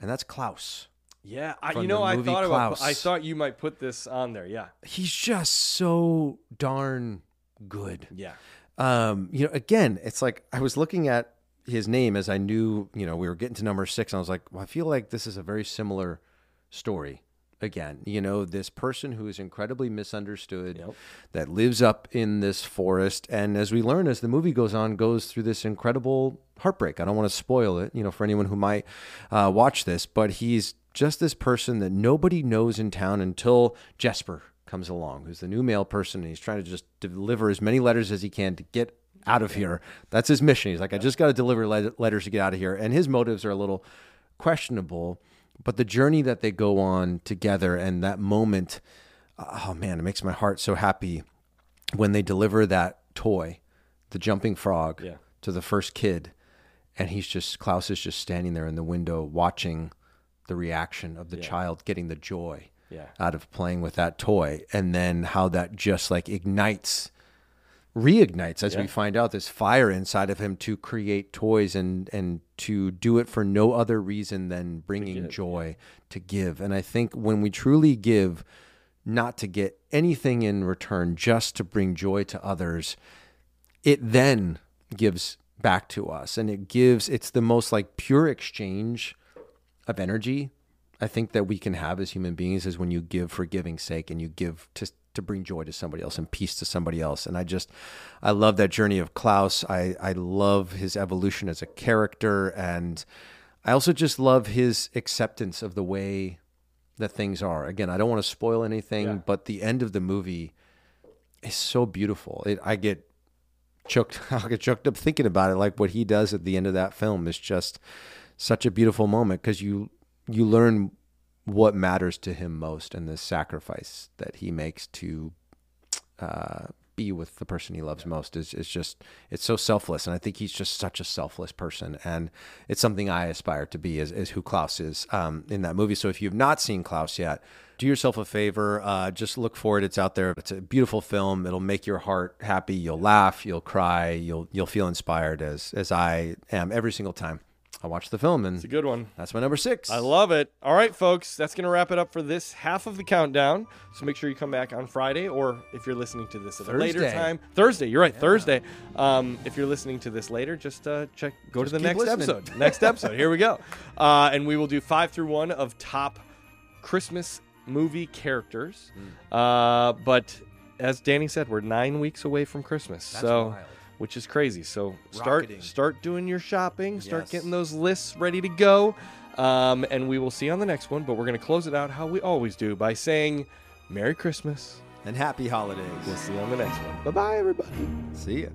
[SPEAKER 1] and that's Klaus.
[SPEAKER 2] Yeah. I,
[SPEAKER 1] From
[SPEAKER 2] you know,
[SPEAKER 1] the
[SPEAKER 2] I
[SPEAKER 1] movie
[SPEAKER 2] thought about
[SPEAKER 1] Klaus.
[SPEAKER 2] I thought you might put this on there. Yeah.
[SPEAKER 1] He's just so darn good.
[SPEAKER 2] Yeah.
[SPEAKER 1] um, you know, again, it's like I was looking at his name as I knew, you know, we were getting to number six, and I was like, well, I feel like this is a very similar story again. You know, this person who is incredibly misunderstood that lives up in this forest, and as we learn as the movie goes on, goes through this incredible heartbreak. I don't want to spoil it, you know, for anyone who might uh, watch this, but he's just this person that nobody knows in town until Jesper comes along, who's the new mail person, and he's trying to just deliver as many letters as he can to get out of here. That's his mission. He's like, I just got to deliver le- letters to get out of here. And his motives are a little questionable, but the journey that they go on together and that moment, oh man, it makes my heart so happy when they deliver that toy, the jumping frog, to the first kid. And he's just, Klaus is just standing there in the window watching the reaction of the child getting the joy
[SPEAKER 2] Yeah.
[SPEAKER 1] out of playing with that toy. And then how that just like ignites, reignites, as we find out, this fire inside of him to create toys and, and to do it for no other reason than bringing joy to give. And I think when we truly give, not to get anything in return, just to bring joy to others, it then gives back to us. And it gives, it's the most like pure exchange of energy I think that we can have as human beings is when you give for giving's sake and you give to to bring joy to somebody else and peace to somebody else. And I just I love that journey of Klaus. I I love his evolution as a character and I also just love his acceptance of the way that things are. Again, I don't want to spoil anything, but the end of the movie is so beautiful. It, I get choked. I get choked up thinking about it. Like what he does at the end of that film is just such a beautiful moment because you you learn what matters to him most and the sacrifice that he makes to uh, be with the person he loves most is, is just it's so selfless and i think he's just such a selfless person and it's something i aspire to be is, is who klaus is um, in that movie so if you've not seen klaus yet do yourself a favor uh, just look for it it's out there it's a beautiful film it'll make your heart happy you'll laugh you'll cry you'll you'll feel inspired as as i am every single time i watch the film and
[SPEAKER 2] It's a good one.
[SPEAKER 1] that's my number six
[SPEAKER 2] I love it. All right, folks, that's going to wrap it up for this half of the countdown. So make sure you come back on Friday, or if you're listening to this at a later
[SPEAKER 1] Thursday.
[SPEAKER 2] time, Thursday. You're right, Thursday. Um, if you're listening to this later, just uh, check. Go to the
[SPEAKER 1] keep
[SPEAKER 2] next
[SPEAKER 1] listening.
[SPEAKER 2] episode. Next episode. Here we go, uh, and we will do five through one of top Christmas movie characters.
[SPEAKER 1] Mm.
[SPEAKER 2] Uh, but as Danny said, we're nine weeks away from Christmas. so.
[SPEAKER 1] wild.
[SPEAKER 2] Which is crazy. So start
[SPEAKER 1] Rocketing.
[SPEAKER 2] start doing your shopping. Start
[SPEAKER 1] Yes.
[SPEAKER 2] getting those lists ready to go. Um, and we will see you on the next one. But we're going to close it out how we always do by saying Merry Christmas.
[SPEAKER 1] and happy holidays
[SPEAKER 2] We'll see you on the next one. Bye bye, everybody.
[SPEAKER 1] see ya